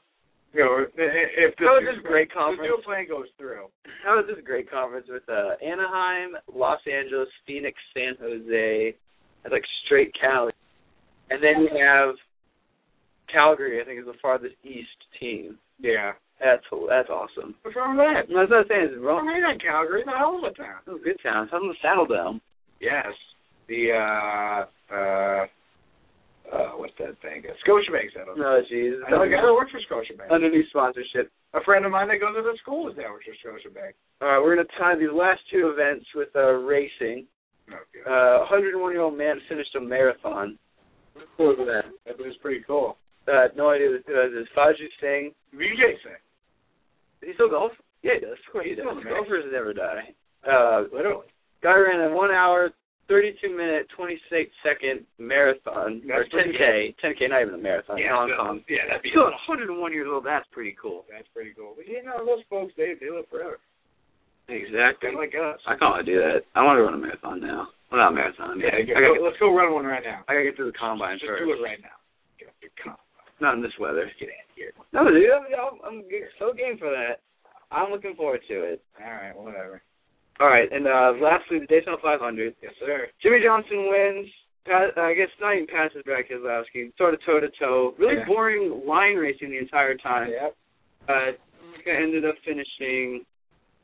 Speaker 3: You know, i- i- if the
Speaker 2: That was just great
Speaker 3: if the
Speaker 2: conference.
Speaker 3: new plan goes through,
Speaker 2: That was this great conference with uh, Anaheim, Los Angeles, Phoenix, San Jose, and like straight Cali. And then you have Calgary. I think is the farthest east team.
Speaker 3: yeah.
Speaker 2: That's that's awesome.
Speaker 3: What's wrong with that?
Speaker 2: I'm not saying it's
Speaker 3: Don't
Speaker 2: wrong.
Speaker 3: hate on Calgary. The hell with that.
Speaker 2: Oh, good town. It's on the saddle dome.
Speaker 3: Yes. The uh uh uh what's that thing? Uh, Scotiabank said. it.
Speaker 2: Oh, jeez.
Speaker 3: I know a guy that works for Scotiabank.
Speaker 2: Under new sponsorship.
Speaker 3: A friend of mine that goes to the school is that works for Scotiabank.
Speaker 2: All right, we're going to tie these last two events with uh, racing.
Speaker 3: Okay.
Speaker 2: Uh, 101-year-old man finished a marathon. Cool was that?
Speaker 3: That was pretty cool.
Speaker 2: Uh, no idea who that is. Faju Singh.
Speaker 3: VJ said.
Speaker 2: He still golf? Yeah, he does. Of course he does.
Speaker 3: still in the race.
Speaker 2: Golfers never die. Uh,
Speaker 3: Literally.
Speaker 2: guy ran a one hour, 32 minute, 26 second marathon or
Speaker 3: That's pretty
Speaker 2: 10k, 10k, not even a marathon. in Hong
Speaker 3: so-
Speaker 2: Kong.
Speaker 3: Yeah, that'd be
Speaker 2: Still at 101 years old. That's pretty cool.
Speaker 3: That's pretty cool. But you know, those folks they they live forever.
Speaker 2: Exactly.
Speaker 3: They're like us.
Speaker 2: I can't want to do that. I want to run a marathon now. Well, not a marathon. I mean,
Speaker 3: Yeah,
Speaker 2: I, gotta
Speaker 3: go,
Speaker 2: get,
Speaker 3: let's go run one right now.
Speaker 2: I gotta get through the combine
Speaker 3: Just
Speaker 2: first.
Speaker 3: do it right now. Get up your cock.
Speaker 2: Not in this weather.
Speaker 3: Get out of here.
Speaker 2: No, dude, I'm, I'm so game for that. I'm looking forward to it.
Speaker 3: All right, whatever.
Speaker 2: All right, and uh lastly, the Daytona 500.
Speaker 3: Yes, sir.
Speaker 2: Jimmy Johnson wins. Pat, I guess not even passes back Keselowski. Sort of toe to toe. Really
Speaker 3: Yeah.
Speaker 2: boring line racing the entire time.
Speaker 3: Yep.
Speaker 2: Uh, ended up finishing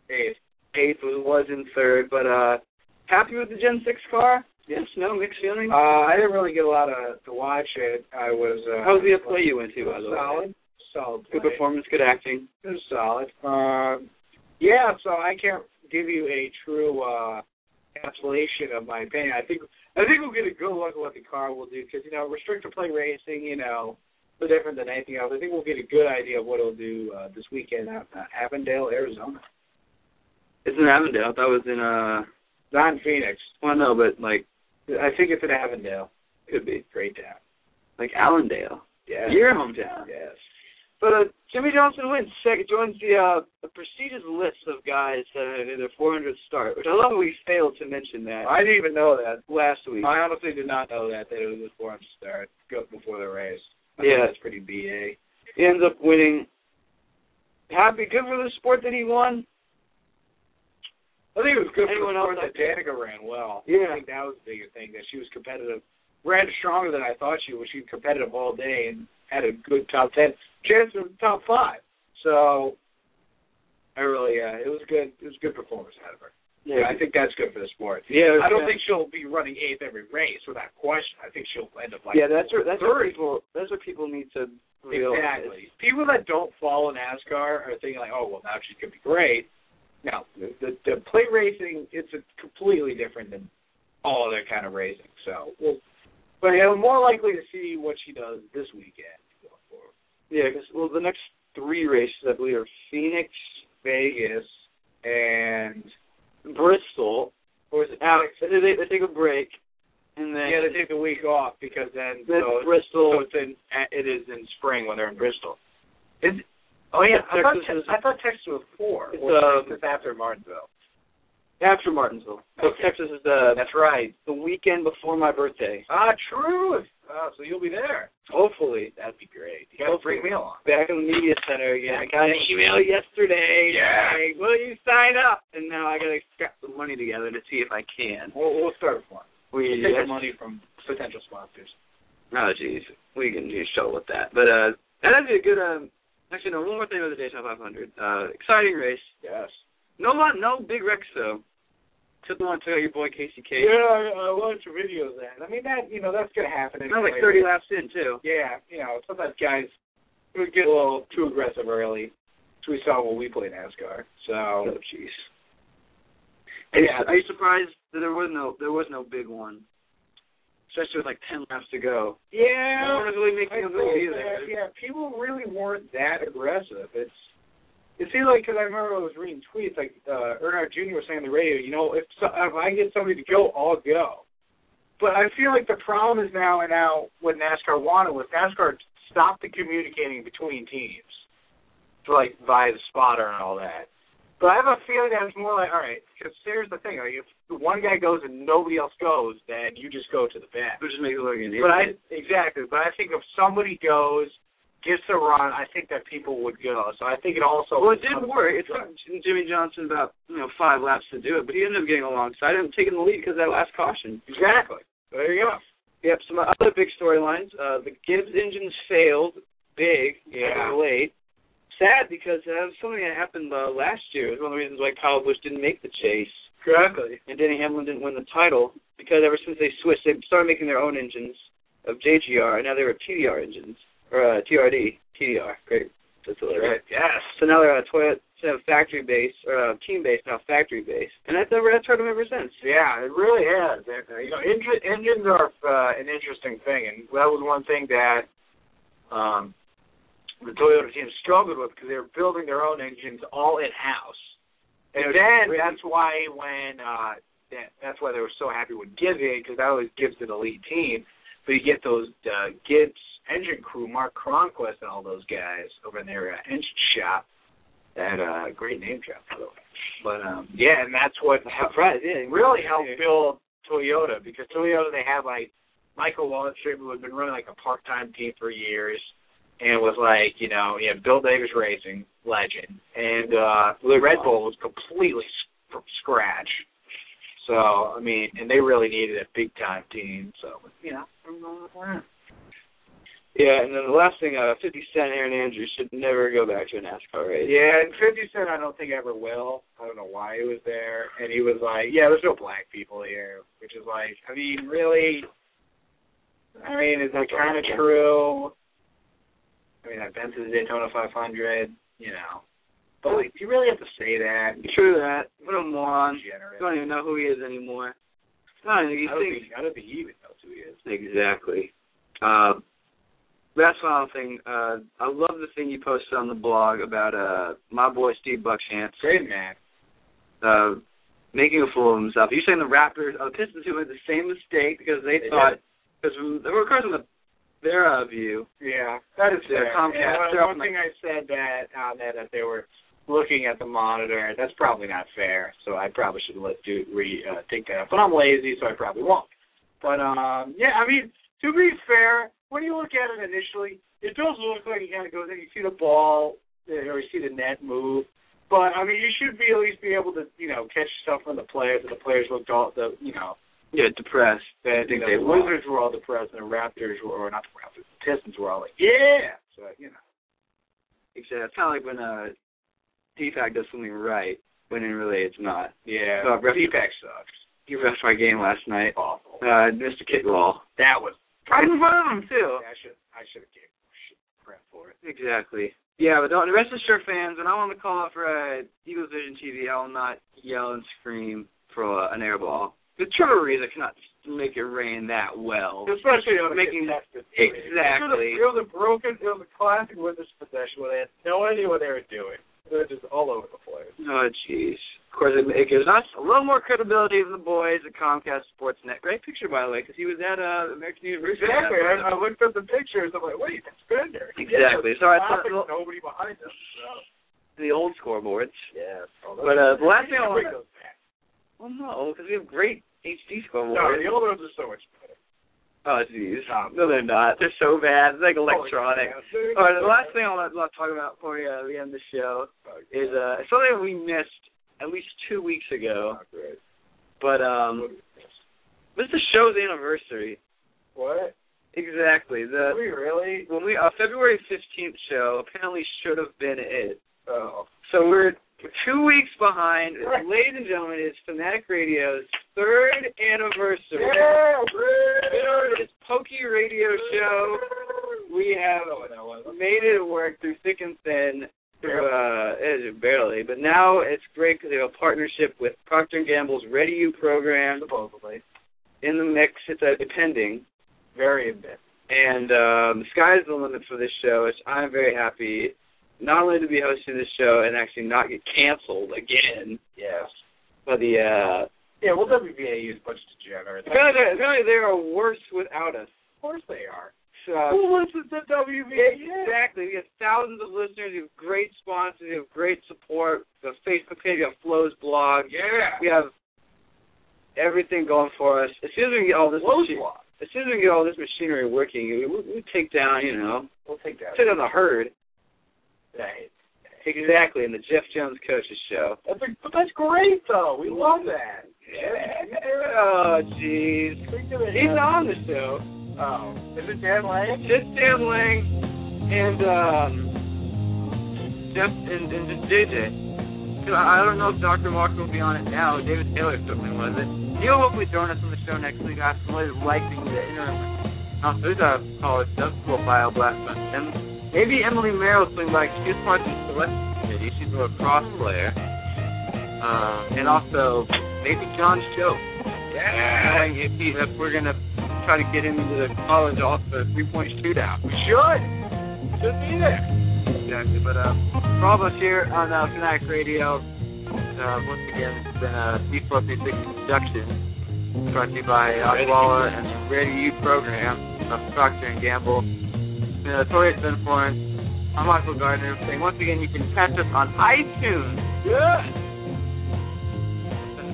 Speaker 3: Eight.
Speaker 2: eighth, was in third, but uh, happy with the Gen 6 car? Yes, no, mixed feelings.
Speaker 3: Uh, I didn't really get a lot of to watch it. I was. Uh,
Speaker 2: How was the play you went to, by the way?
Speaker 3: Solid. Solid.
Speaker 2: Good
Speaker 3: play.
Speaker 2: performance, good acting.
Speaker 3: It was solid. Um, yeah, so I can't give you a true uh, encapsulation of my opinion. I think I think we'll get a good look at what the car will do because you know restrictor play racing, you know, is different than anything else. I think we'll get a good idea of what it'll do uh, this weekend out in Avondale, Arizona.
Speaker 2: It's in Avondale. That was in uh,
Speaker 3: Not in Phoenix.
Speaker 2: well, no, but like
Speaker 3: I think it's in Avondale.
Speaker 2: could be
Speaker 3: Great town.
Speaker 2: like Allendale,
Speaker 3: Yeah.
Speaker 2: your hometown.
Speaker 3: Yes.
Speaker 2: But uh, Jimmy Johnson wins second, joins the uh, the prestigious list of guys that had their 400 start, which I love. We failed to mention that
Speaker 3: I didn't even know that.
Speaker 2: last week.
Speaker 3: I honestly did not know that that it was before I start go before the race. I think
Speaker 2: Yeah.
Speaker 3: that's pretty ba.
Speaker 2: He ends up winning. Happy, good for the sport that he won.
Speaker 3: I think it was good
Speaker 2: Anyone
Speaker 3: for
Speaker 2: else
Speaker 3: the
Speaker 2: out
Speaker 3: that Danica ran well.
Speaker 2: Yeah.
Speaker 3: I think that was the bigger thing that she was competitive. Ran stronger than I thought she was. She was competitive all day and had a good top ten chance of the top five. So I really, uh, it was good. It was a good performance out of her.
Speaker 2: Yeah,
Speaker 3: I think that's good for the sport.
Speaker 2: Yeah,
Speaker 3: I don't think she'll be running eighth every race without question. I think she'll end up like
Speaker 2: yeah, that's what that's what
Speaker 3: third.
Speaker 2: people that's what people need to realize.
Speaker 3: Exactly. People that don't follow NASCAR are thinking like, oh well, now she's gonna be great. No, the the, the plate racing it's a completely different than all other kind of racing. So, we'll, but yeah, we're more likely to see what she does this weekend going forward.
Speaker 2: Yeah, because well, the next three races I believe are Phoenix,
Speaker 3: Vegas
Speaker 2: take a break, and then
Speaker 3: You got to take a week off because then
Speaker 2: then
Speaker 3: so it's, so
Speaker 2: Bristol.
Speaker 3: it's in it is in spring when they're in Bristol.
Speaker 2: Oh yeah, I thought
Speaker 3: Texas
Speaker 2: Te-
Speaker 3: is, I thought Texas was four.
Speaker 2: It's,
Speaker 3: Well,
Speaker 2: um,
Speaker 3: Texas after Martinsville.
Speaker 2: after Martinsville. So
Speaker 3: Okay.
Speaker 2: Texas is the
Speaker 3: That's right.
Speaker 2: the weekend before my birthday.
Speaker 3: Ah, true. Ah, so you'll be there.
Speaker 2: Hopefully,
Speaker 3: That'd be great. You gotta bring me along.
Speaker 2: back in the media center again. I got an email yesterday.
Speaker 3: Yeah.
Speaker 2: Like, will you sign up? And now I gotta scrap some money together to see if I can.
Speaker 3: We'll, we'll start with one.
Speaker 2: We
Speaker 3: We'll take the money from potential sponsors.
Speaker 2: Oh jeez, we can do a show with that. But uh, that'd be a good. Um, actually, no. One more thing about the Daytona 500. Uh, exciting race.
Speaker 3: Yes.
Speaker 2: No, lot- no big wrecks though. Except the one that took out your boy Casey K.
Speaker 3: Yeah, I, I watched your videos then. I mean that you know that's gonna happen.
Speaker 2: Not like 30
Speaker 3: anyway.
Speaker 2: laps in too.
Speaker 3: Yeah, you know sometimes guys would get a little too aggressive early. So we saw when we played NASCAR.
Speaker 2: Oh
Speaker 3: So
Speaker 2: jeez.
Speaker 3: Yeah.
Speaker 2: Are you surprised that there was no there was no big one? Especially with like 10 laps to go. No one
Speaker 3: yeah,
Speaker 2: was really
Speaker 3: I
Speaker 2: making a move
Speaker 3: think
Speaker 2: either.
Speaker 3: that, yeah, people really weren't that aggressive. It's it seemed like because I remember I was reading tweets like uh, Earnhardt Jr. was saying on the radio, you know, if so, if I get somebody to go, I'll go. But I feel like the problem is now and now what NASCAR wanted was NASCAR stopped the communicating between teams, to like via the spotter and all that. But I have a feeling that it's more like, all right, because here's the thing: like, if one guy goes and nobody else goes, then you just go to the back.
Speaker 2: Which just makes it look like an
Speaker 3: But
Speaker 2: idiot.
Speaker 3: I exactly. But I think if somebody goes, gets a run, I think that people would go. So I think it also.
Speaker 2: Well, it did work. It took Jim- Jimmy Johnson about you know five laps to do it, but he ended up getting alongside him, taking the lead because of that last caution.
Speaker 3: Exactly. There you go.
Speaker 2: Yep. Some other big storylines: uh, the Gibbs engines failed, big, and
Speaker 3: Yeah.
Speaker 2: late. Sad because that was something that happened uh, last year. It was one of the reasons why Kyle Busch didn't make the chase,
Speaker 3: Exactly.
Speaker 2: and Denny Hamlin didn't win the title because ever since they switched, they started making their own engines of JGR, and now they were TDR engines or uh, TRD, TDR. Great. That's hilarious.
Speaker 3: Right. Yes.
Speaker 2: So now they're a Toyota instead of factory base or uh, team base now factory base, and that's never that's hard to ever since.
Speaker 3: Yeah, it really has. And, uh, You know, engine, engines are uh, an interesting thing, and that was one thing that um, the Toyota team struggled with because they were building their own engines all in house. And then that's why when uh, that, that's why they were so happy with Gibbs because that was Gibbs an elite team. But you get those uh, Gibbs engine crew, Mark Cronquist and all those guys over in their uh, engine shop. That uh, great name drop, by the way. But um, yeah, and that's what
Speaker 2: Surprise, yeah,
Speaker 3: it really helped build Toyota because Toyota they had like Michael Waltrip who had been running like a part time team for years and was like, you know, yeah, Bill Davis racing legend. And uh the Red Bull was completely s- from scratch. So, I mean, and they really needed a big time team, so you know, I'm going with that.
Speaker 2: Yeah, and then the last thing, uh, 50 Cent Aaron Andrews should never go back to a NASCAR race.
Speaker 3: Yeah, and Fifty Cent I don't think ever will. I don't know why he was there. And he was like, Yeah, there's no black people here which is like I mean, really I mean, is that kinda true? I mean, I've been to the Daytona five hundred, you know. But like do you really have to say that?
Speaker 2: True that. What a moron. I
Speaker 3: Degenerate.
Speaker 2: don't even know who he is anymore. I don't
Speaker 3: I
Speaker 2: even
Speaker 3: don't
Speaker 2: think
Speaker 3: think I don't think he even knows who he is.
Speaker 2: Exactly. Uh, last final thing. Uh, I love the thing you posted on the blog about uh, my boy Steve Buckchance
Speaker 3: Great man.
Speaker 2: uh, making a fool of himself. You're saying the Raptors, uh, Pistons, who made the same mistake because they
Speaker 3: They
Speaker 2: thought, because of course, in the, their uh, view,
Speaker 3: Yeah, that is
Speaker 2: Yeah,
Speaker 3: fair.
Speaker 2: Comcast,
Speaker 3: Yeah, one-
Speaker 2: they're up
Speaker 3: one
Speaker 2: in
Speaker 3: thing I said that on that that they were looking at the monitor. That's probably not fair. So I probably should let do re uh, take that. up. But I'm lazy, so I probably won't. But um, yeah, I mean, to be fair, when you look at it initially, it does look like he kind of goes in. You see the ball, uh, or you see the net move. But I mean, you should be at least be able to, you know, catch stuff from the players. And the players looked all the, you know,
Speaker 2: yeah, depressed.
Speaker 3: that
Speaker 2: I think
Speaker 3: you know,
Speaker 2: they
Speaker 3: the
Speaker 2: won.
Speaker 3: Wizards were all depressed and the Raptors were or not the Raptors, the Pistons were all like, Yeah. So you know.
Speaker 2: Exactly. It's kind of like when uh, D-Pac does something right, when in really it's not.
Speaker 3: Yeah.
Speaker 2: Uh, ref-
Speaker 3: Feedback sucks.
Speaker 2: He refed my game last night.
Speaker 3: Awful.
Speaker 2: Uh, Mr. Kitwall.
Speaker 3: That was
Speaker 2: Right in front of him too.
Speaker 3: I should I should have gave shit crap for it.
Speaker 2: Exactly. Yeah, but don't, the rest of the sure fans, when I'm on the call out for uh, Eagles Vision TV, I will not yell and scream for uh, an air ball. The Trevor Reza cannot make it rain that well.
Speaker 3: Especially uh, on
Speaker 2: Making-
Speaker 3: contested three.
Speaker 2: exactly.
Speaker 3: It was, a, it was a broken it was a classic Wizards possession where they had no idea what they were doing. They were just all over the place.
Speaker 2: Oh, jeez. Of course, it, it gives us a little more credibility of the boys at Comcast Sportsnet. Great picture, by the way, because he was at uh, American University.
Speaker 3: Exactly. I, I looked at the pictures. I'm like, wait, that's Bender.
Speaker 2: Exactly. So I thought,
Speaker 3: Topic,
Speaker 2: well,
Speaker 3: nobody behind us. So.
Speaker 2: the old scoreboards.
Speaker 3: Yeah. Oh,
Speaker 2: But, uh,
Speaker 3: that's-
Speaker 2: the last thing I
Speaker 3: Bring
Speaker 2: wanna-
Speaker 3: those back.
Speaker 2: Well, no, because we have great HD
Speaker 3: No,
Speaker 2: scoreboards.
Speaker 3: the old ones are so much better.
Speaker 2: oh, jeez. No, they're not. They're so bad. It's like electronic.
Speaker 3: Oh, yeah.
Speaker 2: All right, the last thing I want to talk about before we, uh, we end the show
Speaker 3: Oh,
Speaker 2: is uh, something we missed at least two weeks ago.
Speaker 3: Oh, great.
Speaker 2: But um, this is the show's anniversary.
Speaker 3: What?
Speaker 2: Exactly. The
Speaker 3: we really?
Speaker 2: when we our February fifteenth show apparently should have been it.
Speaker 3: Oh.
Speaker 2: So we're two weeks behind.
Speaker 3: Right.
Speaker 2: Ladies and gentlemen, it's Fanatic Radio's third anniversary.
Speaker 3: Yeah,
Speaker 2: Third is Pokey Radio Show. We have made it work through thick and thin. Through, uh, eh, barely, but now it's great because they have a partnership with Procter and Gamble's Ready You program
Speaker 3: Supposedly.
Speaker 2: in the mix. It's uh, pending.
Speaker 3: Very immense.
Speaker 2: And um, the sky's the limit for this show. It's, I'm very happy not only to be hosting this show and actually not get canceled again
Speaker 3: Yes.
Speaker 2: by the. Uh,
Speaker 3: Yeah, well, WBAU is a bunch of degenerates.
Speaker 2: apparently, they're- apparently they are worse without us.
Speaker 3: Of course they are.
Speaker 2: So
Speaker 3: Who listens to WBAU?
Speaker 2: exactly, we have thousands of listeners. We have great sponsors. We have great support. The Facebook page, we have Flo's blog.
Speaker 3: Yeah.
Speaker 2: We have everything going for us. As soon as we can get all this,
Speaker 3: Close
Speaker 2: machi-
Speaker 3: block.
Speaker 2: as soon as we can get all this machinery working, we, we, we take down, you know,
Speaker 3: We'll take that.
Speaker 2: take down the herd.
Speaker 3: Right.
Speaker 2: Exactly, in the Jeff Jones Coaches Show.
Speaker 3: That's a, but that's great, though. We love that.
Speaker 2: Oh, jeez. He's on the show.
Speaker 3: Oh. Is it Dan Lang?
Speaker 2: Just Dan Lang and um, Jeff and, and just JJ. So I I don't know if Dr. Walker will be on it now. David Taylor certainly was it. He'll hopefully join us on the show next week. I really like being the interim. Oh, there's a college stuff profile blast on And maybe Emily Merrill swing by. She's part of the West Committee. She's a lacrosse player. Um, and also maybe John Show.
Speaker 3: Yeah.
Speaker 2: If, he, if we're gonna try to get him into the college off the three point shootout.
Speaker 3: We should. Should be there.
Speaker 2: Exactly. But uh, for all of us here on uh, Fanatic Radio, uh, once again, it's been a Deep Flow 36 production brought to you by Oswalla and the Radio U program of Procter and Gamble. Uh, Tori has been Florence. I'm Michael Gardner. Saying once again, you can catch us on iTunes.
Speaker 3: Good.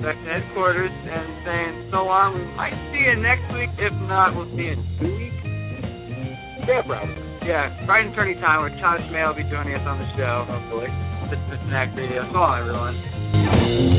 Speaker 2: That's back to headquarters and saying so long. We might see you next week. If not, we'll see you in two weeks.
Speaker 3: Yeah, probably.
Speaker 2: Yeah, right in turning time where Thomas May will be joining us on the show, hopefully. This is the Snack Radio. So long, everyone.